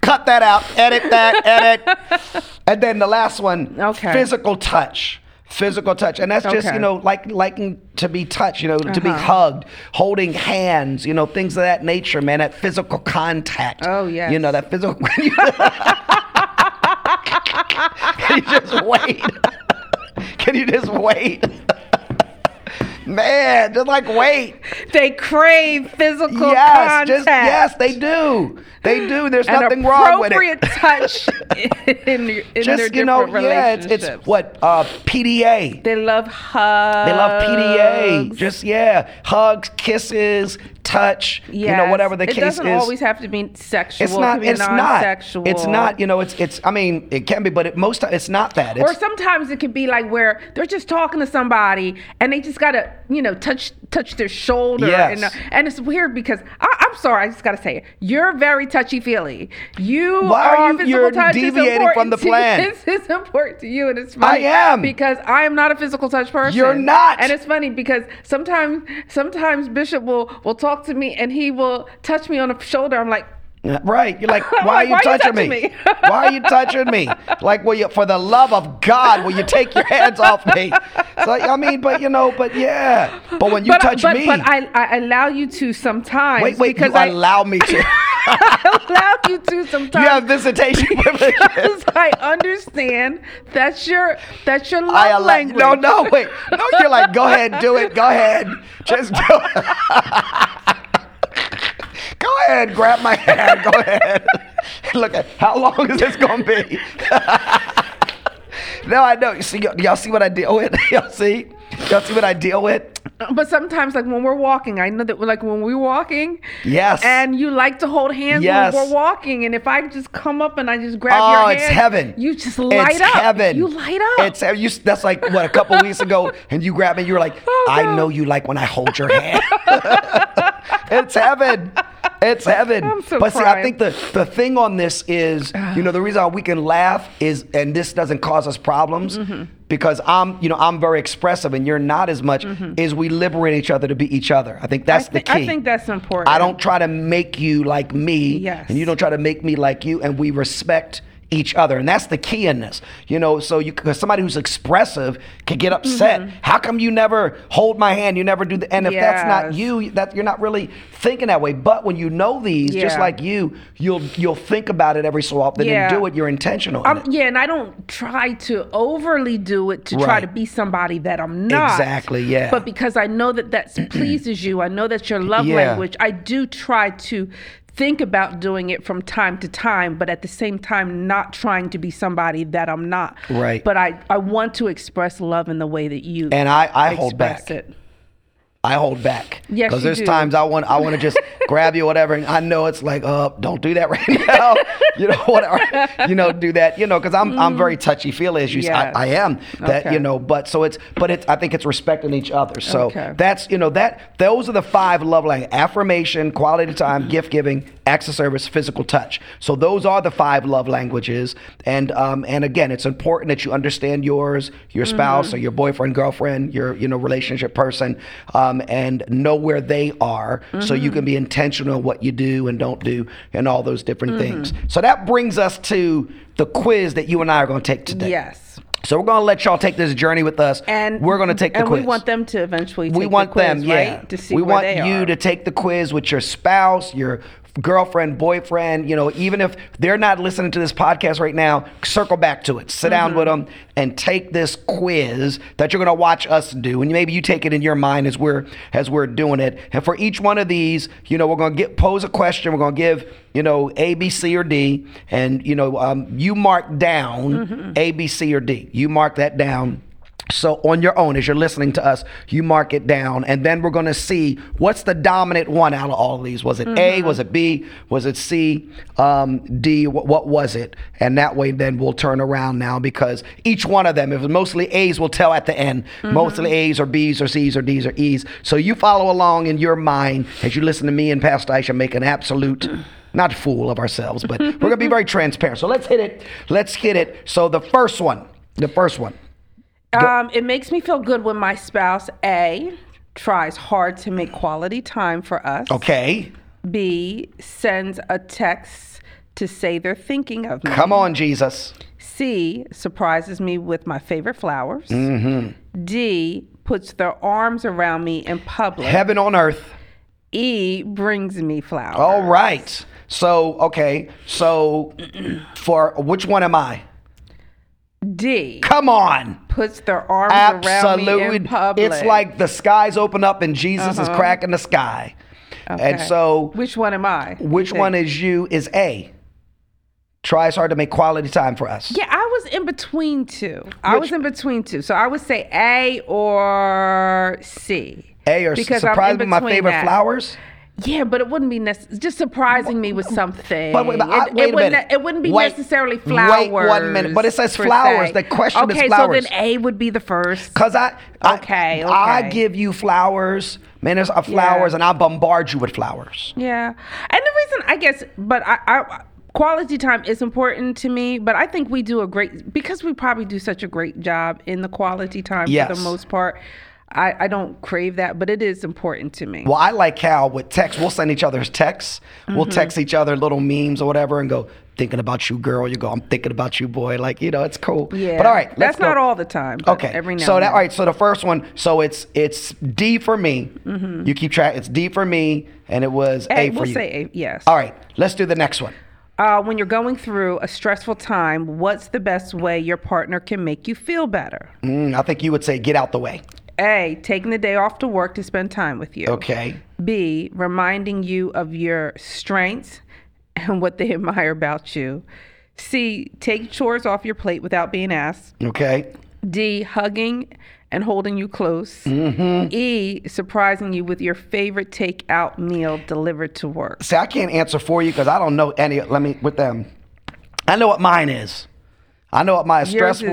[SPEAKER 1] Cut that out. Edit that. Edit. And then the last one.
[SPEAKER 2] Okay.
[SPEAKER 1] Physical touch. Physical touch, and that's just
[SPEAKER 2] Okay.
[SPEAKER 1] you know like liking to be touched, you know, to be
[SPEAKER 2] Uh-huh.
[SPEAKER 1] hugged, holding hands, you know, things of that nature, man. That physical contact.
[SPEAKER 2] Oh, yes.
[SPEAKER 1] You know that physical. Can you just wait? Can you just wait? man, just like wait.
[SPEAKER 2] They crave physical
[SPEAKER 1] Yes,
[SPEAKER 2] contact.
[SPEAKER 1] just yes, they do. They do. There's
[SPEAKER 2] An
[SPEAKER 1] nothing wrong with
[SPEAKER 2] appropriate
[SPEAKER 1] it.
[SPEAKER 2] touch in, your- in their
[SPEAKER 1] Just you know,
[SPEAKER 2] different
[SPEAKER 1] yeah, it's, it's
[SPEAKER 2] relationships.
[SPEAKER 1] what uh, PDA.
[SPEAKER 2] They love hugs.
[SPEAKER 1] They love PDA. Just yeah, hugs, kisses, touch. You know,
[SPEAKER 2] Yes.
[SPEAKER 1] whatever the
[SPEAKER 2] it
[SPEAKER 1] case
[SPEAKER 2] doesn't
[SPEAKER 1] is.
[SPEAKER 2] always have to be sexual.
[SPEAKER 1] it's not.
[SPEAKER 2] It can be
[SPEAKER 1] It's not.
[SPEAKER 2] non-sexual.
[SPEAKER 1] It's not. You know. It's. It's. I mean, it can be, but it, most. ti- It's not that. It's,
[SPEAKER 2] or sometimes it can be like where they're just talking to somebody and they just gotta, you know, touch touch their shoulder.
[SPEAKER 1] Yes.
[SPEAKER 2] And, uh, and it's weird because I, I'm sorry, I just gotta say it. You're very touchy feely. You
[SPEAKER 1] Why are
[SPEAKER 2] are
[SPEAKER 1] you-
[SPEAKER 2] physical
[SPEAKER 1] you're
[SPEAKER 2] touch is
[SPEAKER 1] deviating
[SPEAKER 2] important
[SPEAKER 1] from the
[SPEAKER 2] to you.
[SPEAKER 1] plan.
[SPEAKER 2] This is important to you, and it's funny.
[SPEAKER 1] I am.
[SPEAKER 2] because I am not a physical touch person.
[SPEAKER 1] You're not.
[SPEAKER 2] And it's funny because sometimes sometimes Bishop will will talk to me and he will touch me on the shoulder. I'm like.
[SPEAKER 1] Right. You're like,
[SPEAKER 2] I'm
[SPEAKER 1] why are
[SPEAKER 2] like,
[SPEAKER 1] you touching me? why are you touching me? Like, will you, for the love of God, will you take your hands off me? It's like, I mean, but you know, but yeah. But when you
[SPEAKER 2] but,
[SPEAKER 1] touch
[SPEAKER 2] but,
[SPEAKER 1] me,
[SPEAKER 2] but I, I allow you to sometimes.
[SPEAKER 1] wait, wait,
[SPEAKER 2] because
[SPEAKER 1] you
[SPEAKER 2] I
[SPEAKER 1] allow me to. you
[SPEAKER 2] allow you to sometimes.
[SPEAKER 1] have visitation privileges.
[SPEAKER 2] because I understand that's your that's your love
[SPEAKER 1] I allow,
[SPEAKER 2] language.
[SPEAKER 1] no, no, wait. No, you're like, go ahead, do it. Go ahead. Just do it. Go ahead, grab my hand. Go ahead. Look at how long is this gonna be? now I know. You see, y'all, y'all see what I deal with. Y'all see, y'all see what I deal with.
[SPEAKER 2] But sometimes, like when we're walking, I know that like when we're walking,
[SPEAKER 1] Yes.
[SPEAKER 2] and you like to hold hands
[SPEAKER 1] Yes.
[SPEAKER 2] when we're walking, and if I just come up and I just grab
[SPEAKER 1] oh,
[SPEAKER 2] your hand,
[SPEAKER 1] it's heaven.
[SPEAKER 2] You just light
[SPEAKER 1] it's
[SPEAKER 2] up.
[SPEAKER 1] Heaven.
[SPEAKER 2] You light up.
[SPEAKER 1] It's you. That's like what a couple weeks ago, and you grabbed me. You were like,
[SPEAKER 2] Oh,
[SPEAKER 1] I
[SPEAKER 2] God.
[SPEAKER 1] know you like when I hold your hand. it's heaven. It's heaven.
[SPEAKER 2] I'm so
[SPEAKER 1] but see, I
[SPEAKER 2] crying.
[SPEAKER 1] think the the thing on this is, you know, the reason why we can laugh is, and this doesn't cause us problems.
[SPEAKER 2] Mm-hmm.
[SPEAKER 1] Because I'm, you know, I'm very expressive, and you're not as much. Is we liberate each other to be each other. I think that's
[SPEAKER 2] Mm-hmm. I
[SPEAKER 1] the
[SPEAKER 2] think,
[SPEAKER 1] key.
[SPEAKER 2] I think that's important.
[SPEAKER 1] I don't try to make you like me,
[SPEAKER 2] Yes.
[SPEAKER 1] and you don't try to make me like you, and we respect each other. And that's the key in this. You know, so you cause somebody who's expressive can get upset.
[SPEAKER 2] Mm-hmm.
[SPEAKER 1] How come you never hold my hand? You never do the and if that's not
[SPEAKER 2] Yes.
[SPEAKER 1] you, that you're not really thinking that way. But when you know these, just
[SPEAKER 2] Yeah.
[SPEAKER 1] like you, you'll you'll think about it every so often
[SPEAKER 2] Yeah.
[SPEAKER 1] and do it. You're intentional. in
[SPEAKER 2] Um,
[SPEAKER 1] it.
[SPEAKER 2] yeah, and I don't try to overly do it to try
[SPEAKER 1] Right.
[SPEAKER 2] to be somebody that I'm not.
[SPEAKER 1] Exactly, yeah.
[SPEAKER 2] But because I know that that pleases you, I know that's your love
[SPEAKER 1] Yeah.
[SPEAKER 2] language. I do try to think about doing it from time to time, but at the same time, not trying to be somebody that I'm not.
[SPEAKER 1] Right.
[SPEAKER 2] But I I want to express love in the way that you
[SPEAKER 1] And I- I hold
[SPEAKER 2] express
[SPEAKER 1] back.
[SPEAKER 2] It.
[SPEAKER 1] I hold back.
[SPEAKER 2] Yes,
[SPEAKER 1] Because
[SPEAKER 2] you
[SPEAKER 1] there's
[SPEAKER 2] do.
[SPEAKER 1] times I want I want to just grab you or whatever, and I know it's like, uh, don't do that right now. you know, whatever. You know, do that. You know, because I'm I'm very touchy feely issues.
[SPEAKER 2] Yes.
[SPEAKER 1] I, I am that.
[SPEAKER 2] Mm-hmm. Okay.
[SPEAKER 1] You know, but so it's but it's I think it's respecting each other. So
[SPEAKER 2] Okay.
[SPEAKER 1] that's you know that those are the five love language: affirmation, quality time, gift giving, acts of service, physical touch. So those are the five love languages. And um and again, it's important that you understand yours, your
[SPEAKER 2] Mm-hmm.
[SPEAKER 1] spouse, or your boyfriend, girlfriend, your you know relationship person, um, and know where they are, so
[SPEAKER 2] Mm-hmm.
[SPEAKER 1] you can be intentional in what you do and don't do, and all those different
[SPEAKER 2] Mm-hmm.
[SPEAKER 1] things. So that brings us to the quiz that you and I are going to take today.
[SPEAKER 2] Yes.
[SPEAKER 1] So we're gonna let y'all take this journey with us,
[SPEAKER 2] And
[SPEAKER 1] we're gonna take the
[SPEAKER 2] and
[SPEAKER 1] quiz
[SPEAKER 2] we want them to eventually.
[SPEAKER 1] we
[SPEAKER 2] take
[SPEAKER 1] want
[SPEAKER 2] the quiz,
[SPEAKER 1] them, yeah.
[SPEAKER 2] Right? To see
[SPEAKER 1] we
[SPEAKER 2] where
[SPEAKER 1] want
[SPEAKER 2] they
[SPEAKER 1] you
[SPEAKER 2] are.
[SPEAKER 1] to take the quiz with your spouse, your girlfriend, boyfriend. You know, even if they're not listening to this podcast right now, circle back to it. Sit down with
[SPEAKER 2] Mm-hmm.
[SPEAKER 1] them and take this quiz that you're going to watch us do, and maybe you take it in your mind as we're as we're doing it. And for each one of these, you know, we're going to get pose a question. We're going to give you know A, B, C, or D, and you know, um, you mark down
[SPEAKER 2] Mm-hmm.
[SPEAKER 1] A, B, C, or D. You mark that down. So on your own, as you're listening to us, you mark it down, and then we're gonna see what's the dominant one out of all of these. Was it A? Was it B? Was it C? Um, D? What, what was it? And that way, then we'll turn around now because each one of them, if it's mostly A's, we'll tell at the end. Mostly A's or B's or C's or D's or E's. So you follow along in your mind as you listen to me and Pastor Aisha make an absolute. Not fool of ourselves, but we're gonna be very transparent. So let's hit it. Let's hit it. So the first one, the first one.
[SPEAKER 2] Um, it makes me feel good when my spouse A tries hard to make quality time for us.
[SPEAKER 1] Okay.
[SPEAKER 2] B sends a text to say they're thinking of me.
[SPEAKER 1] Come on, Jesus.
[SPEAKER 2] C surprises me with my favorite flowers.
[SPEAKER 1] Mm-hmm.
[SPEAKER 2] D puts their arms around me in public.
[SPEAKER 1] Heaven on earth.
[SPEAKER 2] E brings me flowers.
[SPEAKER 1] All right. So, okay. So, for which one am I? Oh.
[SPEAKER 2] D
[SPEAKER 1] Come on.
[SPEAKER 2] puts their arms around me in
[SPEAKER 1] Absolutely.
[SPEAKER 2] public. Uh-huh.
[SPEAKER 1] It's like the skies open up and Jesus is cracking the sky. And
[SPEAKER 2] Okay.
[SPEAKER 1] so,
[SPEAKER 2] which one am I?
[SPEAKER 1] which
[SPEAKER 2] You
[SPEAKER 1] one
[SPEAKER 2] think?
[SPEAKER 1] is you is A. Tries hard to make quality time for us.
[SPEAKER 2] Yeah, I was in between two. I
[SPEAKER 1] Which-
[SPEAKER 2] was in between two. So I would say A or C.
[SPEAKER 1] A or
[SPEAKER 2] Because I'm in
[SPEAKER 1] surprise me with my
[SPEAKER 2] between
[SPEAKER 1] favorite
[SPEAKER 2] that.
[SPEAKER 1] flowers.
[SPEAKER 2] Yeah, but it wouldn't be necessary. Just surprising me with something.
[SPEAKER 1] But wait, but
[SPEAKER 2] it,
[SPEAKER 1] I-
[SPEAKER 2] it
[SPEAKER 1] wait a
[SPEAKER 2] wouldn't,
[SPEAKER 1] minute.
[SPEAKER 2] It wouldn't be
[SPEAKER 1] Wait-
[SPEAKER 2] necessarily
[SPEAKER 1] wait
[SPEAKER 2] flowers.
[SPEAKER 1] one minute. But it says
[SPEAKER 2] per
[SPEAKER 1] flowers.
[SPEAKER 2] se.
[SPEAKER 1] The question is
[SPEAKER 2] okay,
[SPEAKER 1] flowers.
[SPEAKER 2] so then A would be the first.
[SPEAKER 1] Cause I, I
[SPEAKER 2] Okay,
[SPEAKER 1] I
[SPEAKER 2] okay.
[SPEAKER 1] give you flowers, man. There's uh, flowers,
[SPEAKER 2] Yeah.
[SPEAKER 1] and I bombard you with flowers.
[SPEAKER 2] Yeah, and the reason I guess, but I. I Quality time is important to me, but I think we do a great because we probably do such a great job in the quality time for
[SPEAKER 1] Yes.
[SPEAKER 2] the most part. I, I don't crave that, but it is important to me.
[SPEAKER 1] Well, I like how with text, we'll send each other texts.
[SPEAKER 2] Mm-hmm.
[SPEAKER 1] We'll text each other little memes or whatever, and go thinking about you, girl. You go, I'm thinking about you, boy. Like you know, it's cool.
[SPEAKER 2] Yeah,
[SPEAKER 1] But all right, let's
[SPEAKER 2] that's not
[SPEAKER 1] go.
[SPEAKER 2] all the time. but
[SPEAKER 1] Okay.
[SPEAKER 2] every now.
[SPEAKER 1] so
[SPEAKER 2] and
[SPEAKER 1] that
[SPEAKER 2] then.
[SPEAKER 1] all right. So the first one. So it's it's D for me. You keep track. It's D for me, and it was A,
[SPEAKER 2] A,
[SPEAKER 1] for
[SPEAKER 2] Mm-hmm. we'll
[SPEAKER 1] you.
[SPEAKER 2] say A, yes.
[SPEAKER 1] All right. Let's do the next one.
[SPEAKER 2] Uh, when you're going through a stressful time, what's the best way your partner can make you feel better?
[SPEAKER 1] Mm, I think you would say get out the way.
[SPEAKER 2] A, taking the day off to work to spend time with you.
[SPEAKER 1] Okay.
[SPEAKER 2] B, reminding you of your strengths and what they admire about you. C, take chores off your plate without being asked.
[SPEAKER 1] Okay.
[SPEAKER 2] D, hugging and holding you close.
[SPEAKER 1] Mm-hmm.
[SPEAKER 2] E, surprising you with your favorite takeout meal delivered to work.
[SPEAKER 1] See, I can't answer for you because I don't know any. Let me with them. I know what mine is. I know my stress.
[SPEAKER 2] is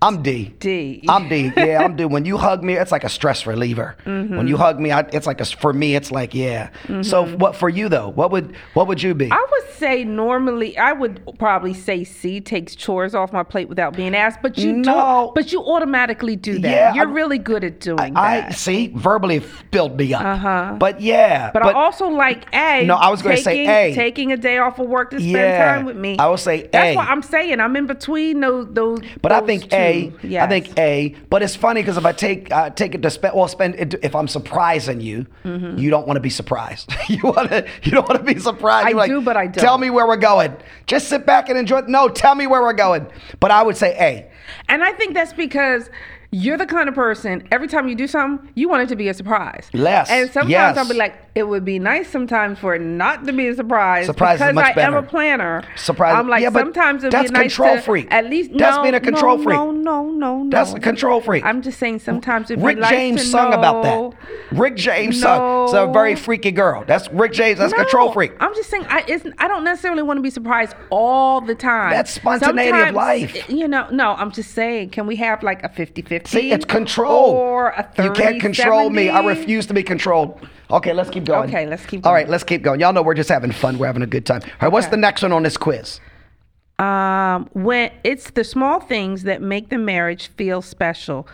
[SPEAKER 1] I'm D.
[SPEAKER 2] D.
[SPEAKER 1] am D. Yeah, I'm D. When you hug me, it's like a stress reliever.
[SPEAKER 2] Mm-hmm.
[SPEAKER 1] When you hug me, I, it's like a, for me, it's like yeah. So what for you though? What would what would you be?
[SPEAKER 2] Mm-hmm. I would say normally I would probably say C takes chores off my plate without being asked, but you
[SPEAKER 1] No.
[SPEAKER 2] don't. But you automatically do that.
[SPEAKER 1] Yeah,
[SPEAKER 2] You're
[SPEAKER 1] I-
[SPEAKER 2] really good at doing
[SPEAKER 1] I
[SPEAKER 2] that.
[SPEAKER 1] see verbally filled me up.
[SPEAKER 2] Uh-huh.
[SPEAKER 1] But yeah.
[SPEAKER 2] but, I also like A.
[SPEAKER 1] No, I was gonna say
[SPEAKER 2] taking-
[SPEAKER 1] A.
[SPEAKER 2] taking a day off of work to spend
[SPEAKER 1] Yeah,
[SPEAKER 2] time with me.
[SPEAKER 1] I would say
[SPEAKER 2] That's
[SPEAKER 1] A.
[SPEAKER 2] what I'm saying. I'm in between those. those
[SPEAKER 1] But I
[SPEAKER 2] those
[SPEAKER 1] think
[SPEAKER 2] two.
[SPEAKER 1] A, I
[SPEAKER 2] Yes.
[SPEAKER 1] think A. But it's funny because if I take I take it to spend, well, spend it, if I'm surprising you,
[SPEAKER 2] Mm-hmm.
[SPEAKER 1] you don't want to be surprised. you want to, you don't want to be surprised.
[SPEAKER 2] I
[SPEAKER 1] You're like,
[SPEAKER 2] do, but I don't.
[SPEAKER 1] Tell me where we're going. Just sit back and enjoy. No, tell me where we're going. But I would say A.
[SPEAKER 2] And I think that's because you're the kind of person, every time you do something, you want it to be a surprise.
[SPEAKER 1] Yes,
[SPEAKER 2] And sometimes
[SPEAKER 1] yes.
[SPEAKER 2] I'll be like, it would be nice sometimes for it not to be a surprise.
[SPEAKER 1] Surprise is
[SPEAKER 2] because
[SPEAKER 1] much
[SPEAKER 2] I am
[SPEAKER 1] better.
[SPEAKER 2] a planner.
[SPEAKER 1] Surprise-
[SPEAKER 2] I'm like,
[SPEAKER 1] yeah, but
[SPEAKER 2] sometimes it'd
[SPEAKER 1] that's
[SPEAKER 2] be nice
[SPEAKER 1] control
[SPEAKER 2] to
[SPEAKER 1] freak.
[SPEAKER 2] at least
[SPEAKER 1] That's
[SPEAKER 2] no,
[SPEAKER 1] being a control
[SPEAKER 2] no,
[SPEAKER 1] freak.
[SPEAKER 2] No, no, no, no.
[SPEAKER 1] That's a control freak.
[SPEAKER 2] I'm just saying sometimes it'd
[SPEAKER 1] Rick
[SPEAKER 2] be nice
[SPEAKER 1] James
[SPEAKER 2] to
[SPEAKER 1] sung about
[SPEAKER 2] know-
[SPEAKER 1] that. Rick James sung. It's a
[SPEAKER 2] No.
[SPEAKER 1] very freaky girl. That's Rick James. That's
[SPEAKER 2] No,
[SPEAKER 1] control freak.
[SPEAKER 2] I'm just saying, I it's, I don't necessarily want to be surprised all the time.
[SPEAKER 1] That's spontaneity of
[SPEAKER 2] Sometimes,
[SPEAKER 1] life.
[SPEAKER 2] You know, no, I'm just saying, can we have like a 50 50?
[SPEAKER 1] See, it's control.
[SPEAKER 2] Or a 30
[SPEAKER 1] You can't control me. I refuse to be controlled. Okay, let's keep going.
[SPEAKER 2] Okay, let's keep
[SPEAKER 1] All right,
[SPEAKER 2] going.
[SPEAKER 1] let's keep going. Y'all know we're just having fun. We're having a good time. All right, what's
[SPEAKER 2] Okay.
[SPEAKER 1] the next one on this quiz?
[SPEAKER 2] Um, when it's the small things that make the marriage feel special,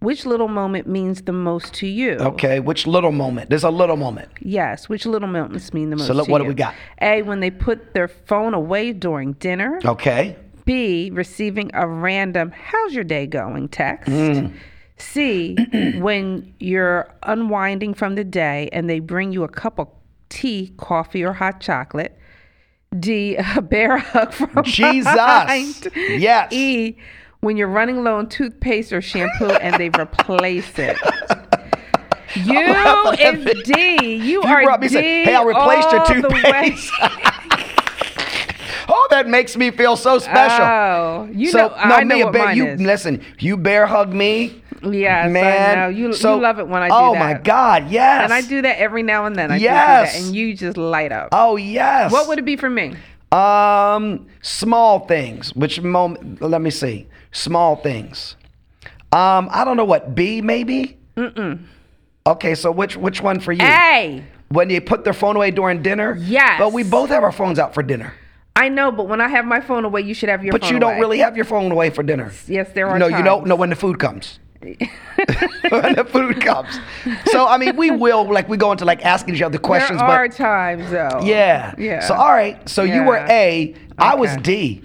[SPEAKER 2] which little moment means the most to you?
[SPEAKER 1] Okay, which little moment? There's a little moment.
[SPEAKER 2] Yes, which little moments mean the most
[SPEAKER 1] look,
[SPEAKER 2] to
[SPEAKER 1] what do
[SPEAKER 2] you?
[SPEAKER 1] we got?
[SPEAKER 2] A, when they put their phone away during dinner.
[SPEAKER 1] Okay.
[SPEAKER 2] B, receiving a random how's your day going text.
[SPEAKER 1] Mm.
[SPEAKER 2] C, when you're unwinding from the day and they bring you a cup of tea, coffee, or hot chocolate. D, a bear hug from
[SPEAKER 1] Jesus.
[SPEAKER 2] behind.
[SPEAKER 1] Yes.
[SPEAKER 2] E, when you're running low on toothpaste or shampoo and they replace it. You
[SPEAKER 1] Oh,
[SPEAKER 2] is D. You,
[SPEAKER 1] You
[SPEAKER 2] are
[SPEAKER 1] brought me
[SPEAKER 2] D.
[SPEAKER 1] say, hey, I replaced your
[SPEAKER 2] all the way.
[SPEAKER 1] toothpaste. oh, that makes me feel so special.
[SPEAKER 2] Oh, you
[SPEAKER 1] so,
[SPEAKER 2] know, I know
[SPEAKER 1] me, a
[SPEAKER 2] what
[SPEAKER 1] bear,
[SPEAKER 2] mine
[SPEAKER 1] you
[SPEAKER 2] is.
[SPEAKER 1] listen. You bear hug me,
[SPEAKER 2] Yes,
[SPEAKER 1] man.
[SPEAKER 2] I know. You,
[SPEAKER 1] So-
[SPEAKER 2] you love it when I do
[SPEAKER 1] oh
[SPEAKER 2] that.
[SPEAKER 1] my God, yes.
[SPEAKER 2] And I do that every now and then. I do do
[SPEAKER 1] Yes.
[SPEAKER 2] that, and you just light up.
[SPEAKER 1] Oh yes.
[SPEAKER 2] what would it be for me?
[SPEAKER 1] Um, small things. Which moment? Let me see. Small things. Um, I don't know what B maybe. Mm-mm. Okay, so which which one for you?
[SPEAKER 2] A.
[SPEAKER 1] When they put their phone away during dinner.
[SPEAKER 2] Yes.
[SPEAKER 1] But we both have our phones out for dinner.
[SPEAKER 2] I know, but when I have my phone away, you should have your.
[SPEAKER 1] But
[SPEAKER 2] phone
[SPEAKER 1] you don't
[SPEAKER 2] away.
[SPEAKER 1] really have your phone away for dinner.
[SPEAKER 2] Yes, there are.
[SPEAKER 1] no, you don't
[SPEAKER 2] times.
[SPEAKER 1] know when the food comes. when the food comes. So I mean, we will like we go into like asking each other questions,
[SPEAKER 2] There
[SPEAKER 1] but
[SPEAKER 2] are times though.
[SPEAKER 1] Yeah.
[SPEAKER 2] Oh, Yeah.
[SPEAKER 1] So all right. So you were
[SPEAKER 2] Yeah.
[SPEAKER 1] A. I was
[SPEAKER 2] Okay.
[SPEAKER 1] D.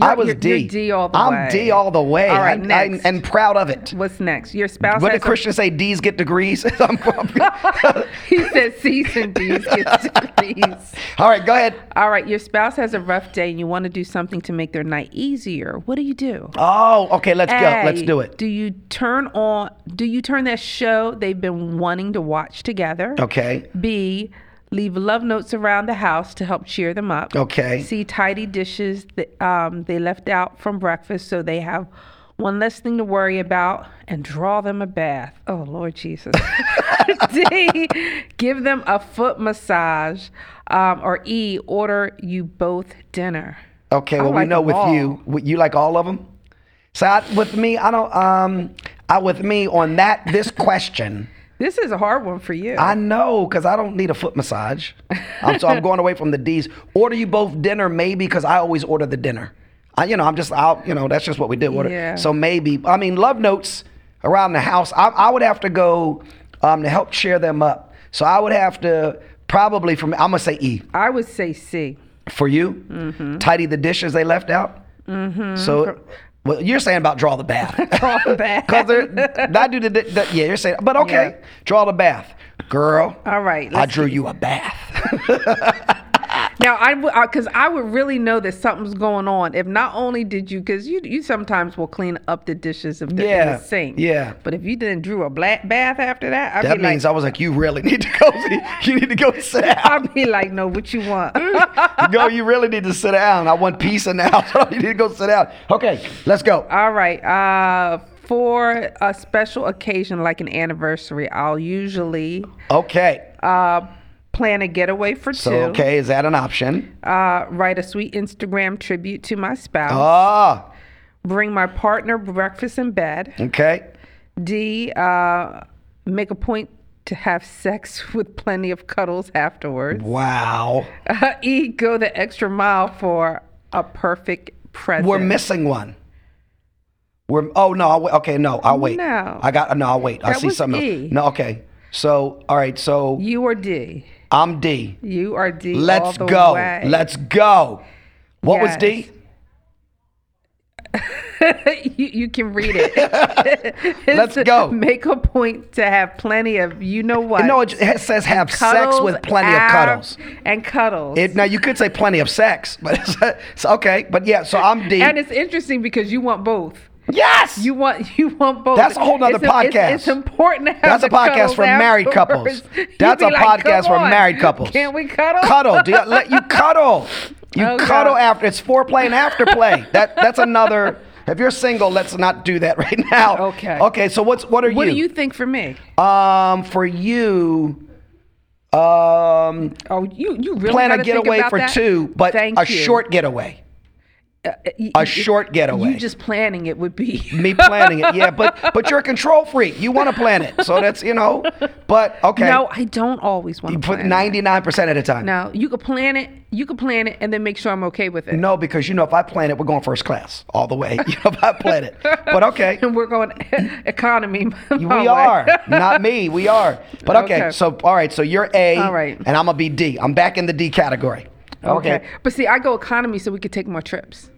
[SPEAKER 1] I
[SPEAKER 2] You're-
[SPEAKER 1] was
[SPEAKER 2] you're-
[SPEAKER 1] D.
[SPEAKER 2] you're D all the
[SPEAKER 1] I'm
[SPEAKER 2] way.
[SPEAKER 1] D all the way.
[SPEAKER 2] All right,
[SPEAKER 1] I- I-
[SPEAKER 2] next.
[SPEAKER 1] and proud of it.
[SPEAKER 2] What's next? Your spouse.
[SPEAKER 1] What
[SPEAKER 2] has
[SPEAKER 1] did
[SPEAKER 2] a-
[SPEAKER 1] Christian say? D's get degrees. I'm- I'm-
[SPEAKER 2] he says C's and D's. Gets D's.
[SPEAKER 1] all right, go ahead.
[SPEAKER 2] All right, your spouse has a rough day, and you want to do something to make their night easier. What do you do?
[SPEAKER 1] Oh, okay. Let's go. Let's
[SPEAKER 2] A,
[SPEAKER 1] do it.
[SPEAKER 2] Do you turn on do you turn that show they've been wanting to watch together?
[SPEAKER 1] Okay.
[SPEAKER 2] B leave love notes around the house to help cheer them up.
[SPEAKER 1] Okay.
[SPEAKER 2] C tidy dishes that um, they left out from breakfast so they have one less thing to worry about and draw them a bath. Oh Lord Jesus. D give them a foot massage. Um, or E order you both dinner.
[SPEAKER 1] Okay. Well, we
[SPEAKER 2] like
[SPEAKER 1] know
[SPEAKER 2] them
[SPEAKER 1] with
[SPEAKER 2] all.
[SPEAKER 1] you, with- you like all of them. So I, with me, I don't. Um, I with me on that this question.
[SPEAKER 2] This is a hard one for you.
[SPEAKER 1] I know, cause I don't need a foot massage. I'm, so I'm going away from the D's. Order you both dinner, maybe, cause I always order the dinner. I, you know, I'm just out. You know, that's just what we do. Order.
[SPEAKER 2] Yeah.
[SPEAKER 1] So maybe, I mean, love notes around the house. I, I would have to go um, to help share them up. So I would have to probably from. I'm gonna say E
[SPEAKER 2] I would say C.
[SPEAKER 1] for you.
[SPEAKER 2] Mm-hmm.
[SPEAKER 1] Tidy the dishes they left out. So. Well, you're saying about draw the bath.
[SPEAKER 2] Draw the bath.
[SPEAKER 1] Because I do the, the, the- yeah, you're saying, but okay, draw the bath. Girl.
[SPEAKER 2] All right,
[SPEAKER 1] I
[SPEAKER 2] let's
[SPEAKER 1] drew you a bath.
[SPEAKER 2] Now I would because I would really know that something's going on if not only did you because you you sometimes will clean up the dishes if they're in
[SPEAKER 1] Yeah,
[SPEAKER 2] the sink.
[SPEAKER 1] yeah.
[SPEAKER 2] But if you then drew a black bath after that, I'd
[SPEAKER 1] that
[SPEAKER 2] be
[SPEAKER 1] means
[SPEAKER 2] like,
[SPEAKER 1] I was like, you really need to go. you need to go sit
[SPEAKER 2] I-
[SPEAKER 1] down.
[SPEAKER 2] would be like, no, what you want?
[SPEAKER 1] no, you really need to sit down. I want peace in the house. you need to go sit down. Okay, let's go.
[SPEAKER 2] All right. Uh, for a special occasion like an anniversary, I'll usually
[SPEAKER 1] Okay.
[SPEAKER 2] uh, plan a getaway for
[SPEAKER 1] So,
[SPEAKER 2] two.
[SPEAKER 1] okay, is that an option?
[SPEAKER 2] Uh, write a sweet Instagram tribute to my spouse.
[SPEAKER 1] Ah,
[SPEAKER 2] bring my partner breakfast in bed.
[SPEAKER 1] Okay.
[SPEAKER 2] D, uh, make a point to have sex with plenty of cuddles afterwards.
[SPEAKER 1] Wow.
[SPEAKER 2] e, go the extra mile for a perfect present.
[SPEAKER 1] We're missing one. We're oh no, I'll wait. okay, no, I'll wait.
[SPEAKER 2] No.
[SPEAKER 1] I got no, I'll wait. I
[SPEAKER 2] That
[SPEAKER 1] see
[SPEAKER 2] was
[SPEAKER 1] something.
[SPEAKER 2] E.
[SPEAKER 1] Else. No, okay. So, all right, so
[SPEAKER 2] you are D.
[SPEAKER 1] I'm D.
[SPEAKER 2] You are D. all
[SPEAKER 1] Let's
[SPEAKER 2] the
[SPEAKER 1] go.
[SPEAKER 2] way.
[SPEAKER 1] Let's go. What was D?
[SPEAKER 2] Yes. you, you can read it.
[SPEAKER 1] Let's
[SPEAKER 2] It's,
[SPEAKER 1] go.
[SPEAKER 2] Make a point to have plenty of you know what.
[SPEAKER 1] No, it, it says have sex
[SPEAKER 2] Cuddles,
[SPEAKER 1] with plenty
[SPEAKER 2] ab-
[SPEAKER 1] of cuddles.
[SPEAKER 2] And cuddles.
[SPEAKER 1] It, now you could say plenty of sex, but it's, it's okay. But yeah, so I'm D.
[SPEAKER 2] and it's interesting because you want both.
[SPEAKER 1] yes,
[SPEAKER 2] You want you want both.
[SPEAKER 1] That's a whole nother
[SPEAKER 2] It's im- it's-
[SPEAKER 1] podcast.
[SPEAKER 2] It's, important to have
[SPEAKER 1] That's a
[SPEAKER 2] the
[SPEAKER 1] podcast
[SPEAKER 2] cuddles
[SPEAKER 1] for married
[SPEAKER 2] afterwards.
[SPEAKER 1] couples.
[SPEAKER 2] You'd
[SPEAKER 1] That's
[SPEAKER 2] be
[SPEAKER 1] a
[SPEAKER 2] like,
[SPEAKER 1] podcast
[SPEAKER 2] "Come
[SPEAKER 1] for
[SPEAKER 2] on,
[SPEAKER 1] married couples.
[SPEAKER 2] Can't we cuddle?
[SPEAKER 1] cuddle. Do you, let you cuddle. You
[SPEAKER 2] Oh, God.
[SPEAKER 1] cuddle after it's foreplay and afterplay. that that's another. If you're single, let's not do that right now.
[SPEAKER 2] Okay.
[SPEAKER 1] Okay. So what's what are
[SPEAKER 2] What
[SPEAKER 1] you?
[SPEAKER 2] do you think for me?
[SPEAKER 1] Um, for you, um,
[SPEAKER 2] Oh, you you really
[SPEAKER 1] plan a
[SPEAKER 2] gotta think
[SPEAKER 1] getaway
[SPEAKER 2] about
[SPEAKER 1] for
[SPEAKER 2] that?
[SPEAKER 1] two, but
[SPEAKER 2] Thank
[SPEAKER 1] a
[SPEAKER 2] you.
[SPEAKER 1] short getaway.
[SPEAKER 2] Uh, y-
[SPEAKER 1] a
[SPEAKER 2] y-
[SPEAKER 1] short getaway.
[SPEAKER 2] You just planning it would be
[SPEAKER 1] Me planning it, yeah, but but you're a control freak. You want to plan it, so that's you know. But okay,
[SPEAKER 2] No, I don't always want
[SPEAKER 1] you
[SPEAKER 2] to
[SPEAKER 1] put
[SPEAKER 2] plan it.
[SPEAKER 1] 99 percent of the time.
[SPEAKER 2] No, you could plan it. You could plan it and then make sure I'm okay with it.
[SPEAKER 1] No, because you know if I plan it, we're going first class all the way. You know, if I plan it, but okay,
[SPEAKER 2] And we're going economy.
[SPEAKER 1] we are not me. We are, but okay,
[SPEAKER 2] Okay.
[SPEAKER 1] So all right, so you're A,
[SPEAKER 2] All right.
[SPEAKER 1] and I'm gonna be D. I'm back in the D category.
[SPEAKER 2] Okay. But see, I go economy so we could take more trips.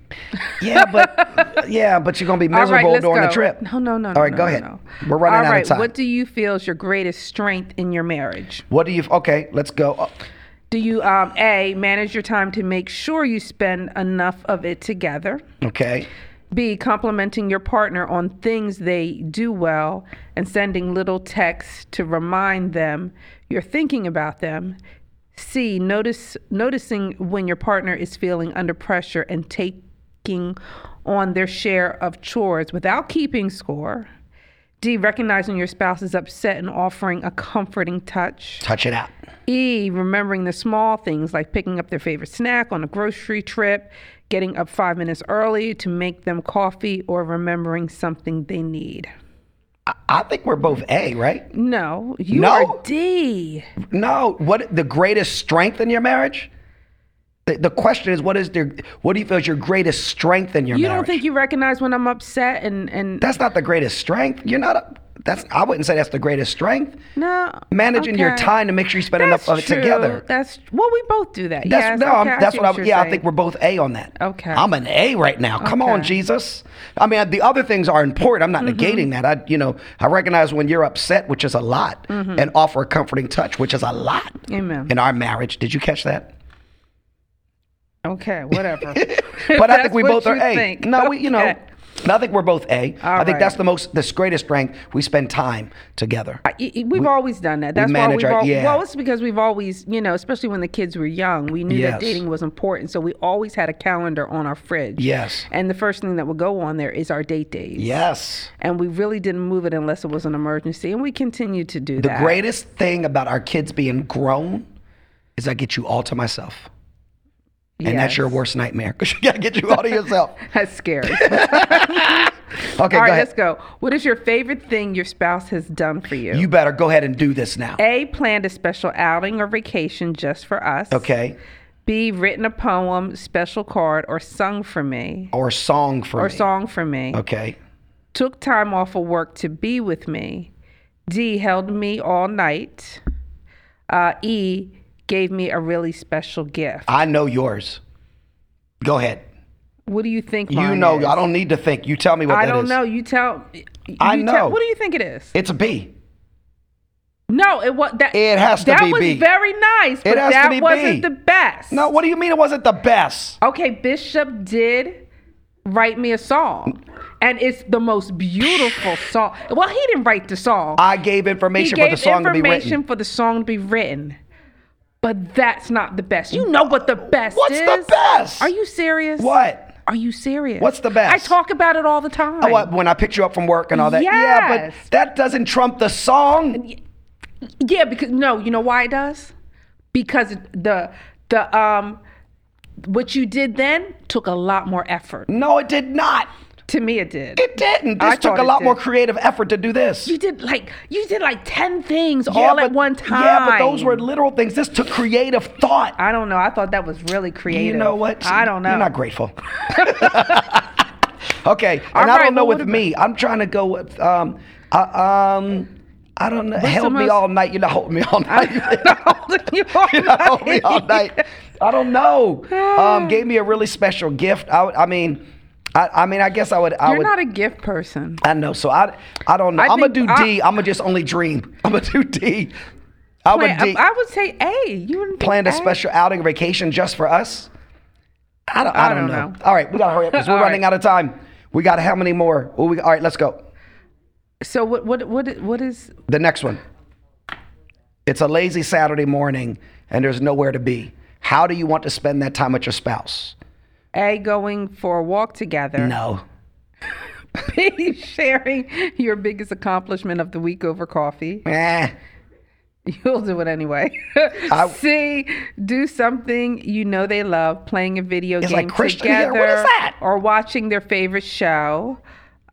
[SPEAKER 1] Yeah, but yeah, but you're gonna be
[SPEAKER 2] All right,
[SPEAKER 1] miserable
[SPEAKER 2] let's
[SPEAKER 1] during
[SPEAKER 2] go.
[SPEAKER 1] the trip.
[SPEAKER 2] No, no, no.
[SPEAKER 1] All right,
[SPEAKER 2] no,
[SPEAKER 1] go
[SPEAKER 2] no,
[SPEAKER 1] ahead.
[SPEAKER 2] no.
[SPEAKER 1] We're running
[SPEAKER 2] All
[SPEAKER 1] out
[SPEAKER 2] right,
[SPEAKER 1] of time.
[SPEAKER 2] What do you feel is your greatest strength in your marriage?
[SPEAKER 1] What do you? Okay, let's go. Oh,
[SPEAKER 2] Do you, um, A, manage your time to make sure you spend enough of it together?
[SPEAKER 1] Okay,
[SPEAKER 2] B, complimenting your partner on things they do well and sending little texts to remind them you're thinking about them. C, notice noticing when your partner is feeling under pressure and taking on their share of chores without keeping score. D, recognizing your spouse is upset and offering a comforting touch.
[SPEAKER 1] touch it out.
[SPEAKER 2] E, remembering the small things like picking up their favorite snack on a grocery trip, getting up five minutes early to make them coffee, or remembering something they need.
[SPEAKER 1] I, I think we're both A, right?
[SPEAKER 2] No, you
[SPEAKER 1] No?
[SPEAKER 2] are D.
[SPEAKER 1] No. What the greatest strength in your marriage? The, the question is, what is their? What do you feel is your greatest strength in your
[SPEAKER 2] You
[SPEAKER 1] marriage?
[SPEAKER 2] don't think you recognize when I'm upset and and
[SPEAKER 1] that's not the greatest strength. You're not. A, that's. I wouldn't say that's the greatest strength.
[SPEAKER 2] no
[SPEAKER 1] Managing your
[SPEAKER 2] okay.
[SPEAKER 1] time to make sure you spend
[SPEAKER 2] That's
[SPEAKER 1] enough of it
[SPEAKER 2] true.
[SPEAKER 1] together.
[SPEAKER 2] That's well, we both do that.
[SPEAKER 1] That's
[SPEAKER 2] yes,
[SPEAKER 1] no.
[SPEAKER 2] okay,
[SPEAKER 1] I'm-
[SPEAKER 2] I
[SPEAKER 1] that's
[SPEAKER 2] see
[SPEAKER 1] what, I'm.
[SPEAKER 2] you're
[SPEAKER 1] Yeah, I
[SPEAKER 2] saying.
[SPEAKER 1] think we're both A on that.
[SPEAKER 2] Okay.
[SPEAKER 1] I'm an A right now. Come on,
[SPEAKER 2] Okay. Mm-hmm.
[SPEAKER 1] Jesus. I mean, the other things are important. I'm not negating that. I, you know, I recognize when you're upset, which is a lot,
[SPEAKER 2] Mm-hmm.
[SPEAKER 1] and offer a comforting touch, which is a lot.
[SPEAKER 2] Amen.
[SPEAKER 1] In our marriage, did you catch that?
[SPEAKER 2] Okay, whatever.
[SPEAKER 1] But I think
[SPEAKER 2] That's
[SPEAKER 1] we
[SPEAKER 2] what
[SPEAKER 1] both are
[SPEAKER 2] you
[SPEAKER 1] A.
[SPEAKER 2] think.
[SPEAKER 1] No, we, you know.
[SPEAKER 2] Okay.
[SPEAKER 1] I think we're both A. I
[SPEAKER 2] All
[SPEAKER 1] think that's
[SPEAKER 2] right.
[SPEAKER 1] the most, the greatest strength. We spend time together.
[SPEAKER 2] I- I- we've always done that. That's why
[SPEAKER 1] manage
[SPEAKER 2] we've
[SPEAKER 1] our-
[SPEAKER 2] always,
[SPEAKER 1] yeah.
[SPEAKER 2] well, it's because we've always, you know, especially when the kids were young, we knew
[SPEAKER 1] Yes.
[SPEAKER 2] that dating was important. So we always had a calendar on our fridge.
[SPEAKER 1] Yes.
[SPEAKER 2] And the first thing that would go on there is our date days.
[SPEAKER 1] Yes.
[SPEAKER 2] And we really didn't move it unless it was an emergency. And we continue to do
[SPEAKER 1] The
[SPEAKER 2] that.
[SPEAKER 1] greatest thing about our kids being grown is I get you all to myself. And that's your
[SPEAKER 2] Yes.
[SPEAKER 1] worst nightmare because you got to get you all to yourself.
[SPEAKER 2] That's scary.
[SPEAKER 1] Okay,
[SPEAKER 2] All
[SPEAKER 1] go
[SPEAKER 2] right,
[SPEAKER 1] ahead.
[SPEAKER 2] let's go. What is your favorite thing your spouse has done for you?
[SPEAKER 1] You better go ahead and do this now.
[SPEAKER 2] A, planned a special outing or vacation just for us.
[SPEAKER 1] Okay.
[SPEAKER 2] B, written a poem, special card, or sung for me.
[SPEAKER 1] Or song for
[SPEAKER 2] Or
[SPEAKER 1] me.
[SPEAKER 2] song for me.
[SPEAKER 1] Okay.
[SPEAKER 2] took time off of work to be with me. D held me all night. Uh, e gave me a really special gift.
[SPEAKER 1] I know yours. Go ahead.
[SPEAKER 2] What do you think?
[SPEAKER 1] You
[SPEAKER 2] mine
[SPEAKER 1] know,
[SPEAKER 2] is?
[SPEAKER 1] I don't need to think. You tell me what
[SPEAKER 2] I
[SPEAKER 1] that
[SPEAKER 2] don't
[SPEAKER 1] is.
[SPEAKER 2] know. You tell.
[SPEAKER 1] I
[SPEAKER 2] you tell-
[SPEAKER 1] know.
[SPEAKER 2] what do you think it is?
[SPEAKER 1] It's a B.
[SPEAKER 2] No, it was that.
[SPEAKER 1] It has to
[SPEAKER 2] that
[SPEAKER 1] be
[SPEAKER 2] was
[SPEAKER 1] B.
[SPEAKER 2] very nice, but
[SPEAKER 1] has to
[SPEAKER 2] that
[SPEAKER 1] be B.
[SPEAKER 2] wasn't the best.
[SPEAKER 1] No, what do you mean it wasn't the best?
[SPEAKER 2] Okay, Bishop did write me a song, and it's the most beautiful song. Well, he didn't write the song.
[SPEAKER 1] I gave information for the song to be
[SPEAKER 2] information
[SPEAKER 1] written.
[SPEAKER 2] for the song to be written. But that's not the best. You know what the best
[SPEAKER 1] What's
[SPEAKER 2] is.
[SPEAKER 1] the best?
[SPEAKER 2] Are you serious?
[SPEAKER 1] What?
[SPEAKER 2] Are you serious?
[SPEAKER 1] What's the best?
[SPEAKER 2] I talk about it all the time.
[SPEAKER 1] Oh, what, when I picked you up from work and all that. Yeah,
[SPEAKER 2] Yes.
[SPEAKER 1] but that doesn't trump the song.
[SPEAKER 2] Yeah, because no, you know why it does? Because the the um what you did then took a lot more effort.
[SPEAKER 1] No, it did not.
[SPEAKER 2] To me, it did.
[SPEAKER 1] It didn't. This
[SPEAKER 2] I
[SPEAKER 1] took
[SPEAKER 2] thought
[SPEAKER 1] a
[SPEAKER 2] it
[SPEAKER 1] lot more
[SPEAKER 2] did.
[SPEAKER 1] creative effort to do this.
[SPEAKER 2] you did like you did like ten things
[SPEAKER 1] Yeah,
[SPEAKER 2] all
[SPEAKER 1] but-
[SPEAKER 2] at one time.
[SPEAKER 1] Yeah, but those were literal things. This took creative thought.
[SPEAKER 2] I don't know. I thought that was really creative.
[SPEAKER 1] You know what?
[SPEAKER 2] I don't know.
[SPEAKER 1] You're not grateful. okay, and
[SPEAKER 2] All
[SPEAKER 1] I
[SPEAKER 2] right,
[SPEAKER 1] don't know
[SPEAKER 2] well, what
[SPEAKER 1] with me. I'm trying to go with um, I, um, I don't know. Help
[SPEAKER 2] some
[SPEAKER 1] me
[SPEAKER 2] else-
[SPEAKER 1] all night. You're not holding me all night.
[SPEAKER 2] you all
[SPEAKER 1] You're not holding me all
[SPEAKER 2] night.
[SPEAKER 1] night. I don't know. Um, gave me a really special gift. I, would- I mean, I, I mean, I guess I would. I
[SPEAKER 2] You're
[SPEAKER 1] would.
[SPEAKER 2] not a gift person.
[SPEAKER 1] I know. So I, I don't know.
[SPEAKER 2] I
[SPEAKER 1] I am gonna do
[SPEAKER 2] think
[SPEAKER 1] D.
[SPEAKER 2] I-
[SPEAKER 1] I, I'm gonna just only dream. I'm gonna do D. I would
[SPEAKER 2] Wait, I,
[SPEAKER 1] D.
[SPEAKER 2] I would say A. You wouldn't think
[SPEAKER 1] planned
[SPEAKER 2] A?
[SPEAKER 1] a special outing vacation just for us? I don't, I don't, know. All right, we gotta hurry up because we're
[SPEAKER 2] All
[SPEAKER 1] running
[SPEAKER 2] right.
[SPEAKER 1] out of time. We got how many more? Oh, we, all right, let's go.
[SPEAKER 2] So what? What? What? What is?
[SPEAKER 1] The next one. It's a lazy Saturday morning and there's nowhere to be. How do you want to spend that time with your spouse?
[SPEAKER 2] A going for a walk together.
[SPEAKER 1] No.
[SPEAKER 2] B sharing your biggest accomplishment of the week over coffee.
[SPEAKER 1] Eh.
[SPEAKER 2] You'll do it anyway. C do something you know they love, playing a video
[SPEAKER 1] It's
[SPEAKER 2] game
[SPEAKER 1] like Christian here.
[SPEAKER 2] together,
[SPEAKER 1] What is that?
[SPEAKER 2] or watching their favorite show,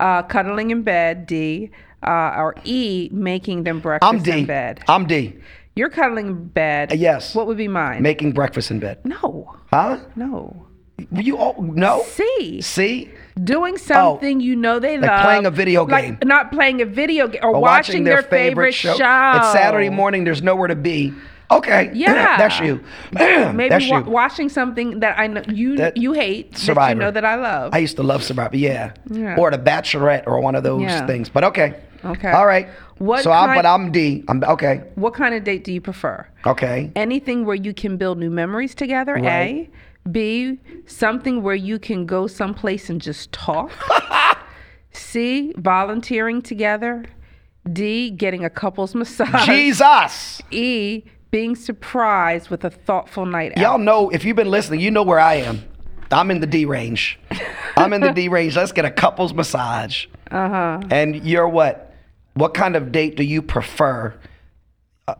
[SPEAKER 2] uh, cuddling in bed. D uh, or E making them breakfast
[SPEAKER 1] I'm D.
[SPEAKER 2] in bed.
[SPEAKER 1] am D.
[SPEAKER 2] You're cuddling in bed.
[SPEAKER 1] yes.
[SPEAKER 2] What would be mine?
[SPEAKER 1] Making breakfast in bed.
[SPEAKER 2] no,
[SPEAKER 1] Huh?
[SPEAKER 2] no.
[SPEAKER 1] You all no?
[SPEAKER 2] C.
[SPEAKER 1] See?
[SPEAKER 2] doing something you know they
[SPEAKER 1] Oh. like
[SPEAKER 2] love,
[SPEAKER 1] playing a video
[SPEAKER 2] like
[SPEAKER 1] game.
[SPEAKER 2] not playing a video game or,
[SPEAKER 1] Or
[SPEAKER 2] watching, their, favorite, show.
[SPEAKER 1] It's Saturday morning, there's nowhere to be. Okay.
[SPEAKER 2] Yeah.
[SPEAKER 1] That's you.
[SPEAKER 2] Maybe
[SPEAKER 1] That's
[SPEAKER 2] wa-
[SPEAKER 1] you.
[SPEAKER 2] watching something that I know you
[SPEAKER 1] That-
[SPEAKER 2] you hate that
[SPEAKER 1] Survivor.
[SPEAKER 2] you know that I love.
[SPEAKER 1] I used to love Survivor, yeah.
[SPEAKER 2] Yeah.
[SPEAKER 1] Or The Bachelorette or one of those
[SPEAKER 2] Yeah.
[SPEAKER 1] things. But okay.
[SPEAKER 2] Okay.
[SPEAKER 1] All right.
[SPEAKER 2] What
[SPEAKER 1] so I'm
[SPEAKER 2] kind-
[SPEAKER 1] but I'm D. I'm okay.
[SPEAKER 2] what kind of date do you prefer?
[SPEAKER 1] Okay.
[SPEAKER 2] Anything where you can build new memories together.
[SPEAKER 1] Right.
[SPEAKER 2] A, B, something where you can go someplace and just talk. C, volunteering together. D, getting a couple's massage.
[SPEAKER 1] Jesus.
[SPEAKER 2] E, being surprised with a thoughtful night out.
[SPEAKER 1] Y'all know if you've been listening, you know where I am. I'm in the D range. I'm in the D range. Let's get a couples massage.
[SPEAKER 2] Uh-huh.
[SPEAKER 1] And you're what? What kind of date do you prefer? Uh,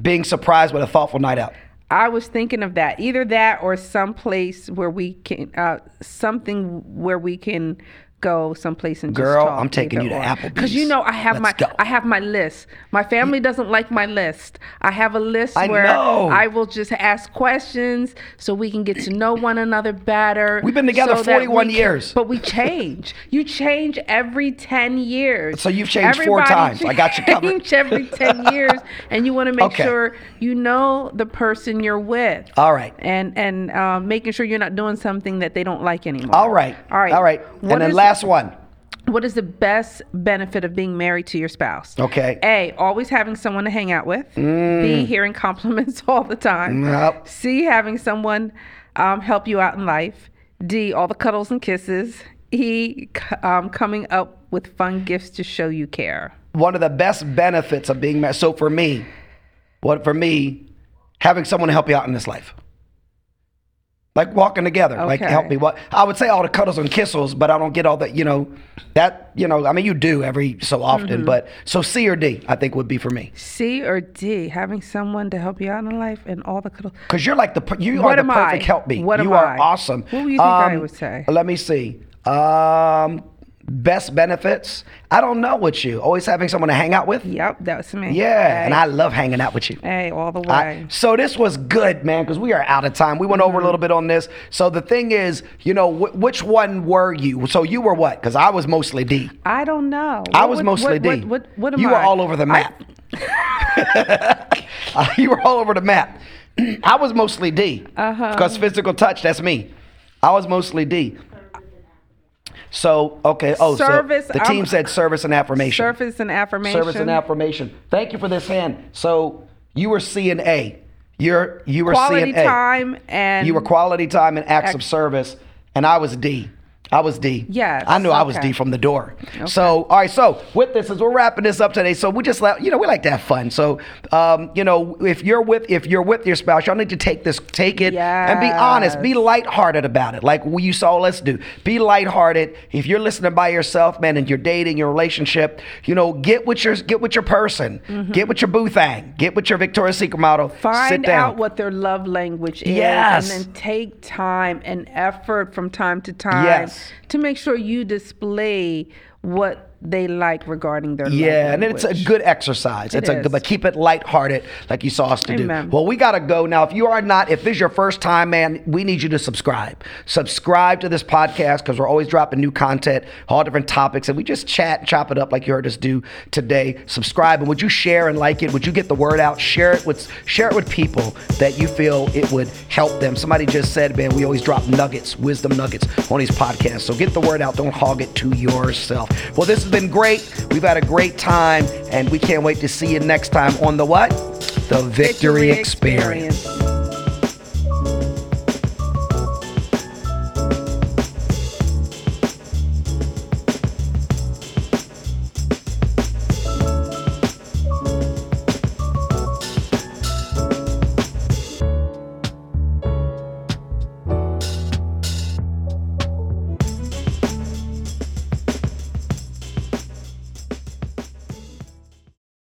[SPEAKER 1] Being surprised with a thoughtful night out.
[SPEAKER 2] I was thinking of that. Either that or someplace where we can uh something where we can go someplace and
[SPEAKER 1] Girl,
[SPEAKER 2] just talk
[SPEAKER 1] I'm taking you to Applebee's.
[SPEAKER 2] Because you know I have
[SPEAKER 1] Let's
[SPEAKER 2] my
[SPEAKER 1] go.
[SPEAKER 2] I have my list. My family doesn't like my list. I have a list
[SPEAKER 1] I
[SPEAKER 2] where
[SPEAKER 1] know.
[SPEAKER 2] I will just ask questions so we can get to know one another better.
[SPEAKER 1] We've been together
[SPEAKER 2] so that
[SPEAKER 1] 41
[SPEAKER 2] we
[SPEAKER 1] years.
[SPEAKER 2] But we change. You change every 10 years.
[SPEAKER 1] So you've changed four times. I got you covered.
[SPEAKER 2] change every 10 years and you want to make
[SPEAKER 1] Okay.
[SPEAKER 2] sure you know the person you're with
[SPEAKER 1] All right.
[SPEAKER 2] and and um, making sure you're not doing something that they don't like anymore.
[SPEAKER 1] All right.
[SPEAKER 2] all right,
[SPEAKER 1] All right.
[SPEAKER 2] What
[SPEAKER 1] and then
[SPEAKER 2] is-
[SPEAKER 1] last one.
[SPEAKER 2] what is the best benefit of being married to your spouse?
[SPEAKER 1] Okay. Mm.
[SPEAKER 2] A, always having someone to hang out with. B, hearing compliments all the time.
[SPEAKER 1] Yep.
[SPEAKER 2] C, having someone um, help you out in life. D, all the cuddles and kisses. E, c- um, coming up with fun gifts to show you care.
[SPEAKER 1] one of the best benefits of being married. So for me, what for me, having someone to help you out in this life, like walking together, like
[SPEAKER 2] Okay.
[SPEAKER 1] help me. What I would say all the cuddles and kisses, but I don't get all that. You know, that you know. I mean, you do every so often,
[SPEAKER 2] Mm-hmm.
[SPEAKER 1] but so C or D, I think would be for me,
[SPEAKER 2] C or D, having someone to help you out in life and all the cuddles.
[SPEAKER 1] because you're like the per- you
[SPEAKER 2] What
[SPEAKER 1] are the
[SPEAKER 2] am
[SPEAKER 1] perfect
[SPEAKER 2] I?
[SPEAKER 1] help me.
[SPEAKER 2] What
[SPEAKER 1] you
[SPEAKER 2] am
[SPEAKER 1] are
[SPEAKER 2] I?
[SPEAKER 1] awesome. Um,
[SPEAKER 2] What would you think I would say?
[SPEAKER 1] Let me see. Um, best benefits. I don't know what you always having someone to hang out with.
[SPEAKER 2] Yep, that's me.
[SPEAKER 1] Yeah, and
[SPEAKER 2] A,
[SPEAKER 1] I love hanging out with you.
[SPEAKER 2] A, all the way.
[SPEAKER 1] I- so this was good, man, because we are out of time. We went
[SPEAKER 2] Mm-hmm.
[SPEAKER 1] over a little bit on this. So the thing is, you know, wh- which one were you? So you were what? Because I was mostly D.
[SPEAKER 2] I don't know.
[SPEAKER 1] I
[SPEAKER 2] What-
[SPEAKER 1] was
[SPEAKER 2] what-
[SPEAKER 1] mostly
[SPEAKER 2] what,
[SPEAKER 1] D.
[SPEAKER 2] What, what, what am
[SPEAKER 1] you
[SPEAKER 2] I?
[SPEAKER 1] were all over the map. you were all over the map. I was mostly D.
[SPEAKER 2] Uh-huh.
[SPEAKER 1] Because physical touch, that's me. I was mostly D. So okay. Oh,
[SPEAKER 2] Service,
[SPEAKER 1] so the team
[SPEAKER 2] I'm-
[SPEAKER 1] said service and affirmation.
[SPEAKER 2] Surface and affirmation.
[SPEAKER 1] Service and affirmation. Thank you for this hand. So you were C and A. You're you were C
[SPEAKER 2] Quality
[SPEAKER 1] and A.
[SPEAKER 2] time and
[SPEAKER 1] You were quality time and acts of
[SPEAKER 2] Act-
[SPEAKER 1] service, and I was D. I was D.
[SPEAKER 2] Yes,
[SPEAKER 1] I knew I was
[SPEAKER 2] okay.
[SPEAKER 1] D from the door. So, all right. So, with this, as we're wrapping this up today, so we just, la- you know, we like to have fun. So, um, you know, if you're with if you're with your spouse, y'all need to take this, take it, and be honest, be
[SPEAKER 2] Yes.
[SPEAKER 1] lighthearted about it. Like we- you saw, let's do. Be lighthearted. If you're listening by yourself, man, and you're dating your relationship, you know, get with your get with your person, get with your boo thing, get with your Victoria's Secret model. Sit
[SPEAKER 2] Mm-hmm. find
[SPEAKER 1] down.
[SPEAKER 2] out what their love language is
[SPEAKER 1] Yes.
[SPEAKER 2] and then take time and effort from time to time
[SPEAKER 1] Yes. Yes.
[SPEAKER 2] to make sure you display what they like regarding their love
[SPEAKER 1] Yeah, and it's a
[SPEAKER 2] language.
[SPEAKER 1] good exercise. it's a
[SPEAKER 2] is.
[SPEAKER 1] good, but keep it lighthearted, like you saw us to
[SPEAKER 2] Amen.
[SPEAKER 1] do. Well, we gotta go now. If you are not, if this is your first time, man, we need you to subscribe. Subscribe to this podcast because we're always dropping new content, all different topics, and we just chat, chop it up like you heard us do today. Subscribe, and would you share and like it? Would you get the word out? Share it with share it with people that you feel it would help them. Somebody just said, man, we always drop nuggets, wisdom nuggets on these podcasts. So get the word out. Don't hog it to yourself. Well, this has been great. We've had a great time, and we can't wait to see you next time on the what? The Victory, Experience.
[SPEAKER 2] experience.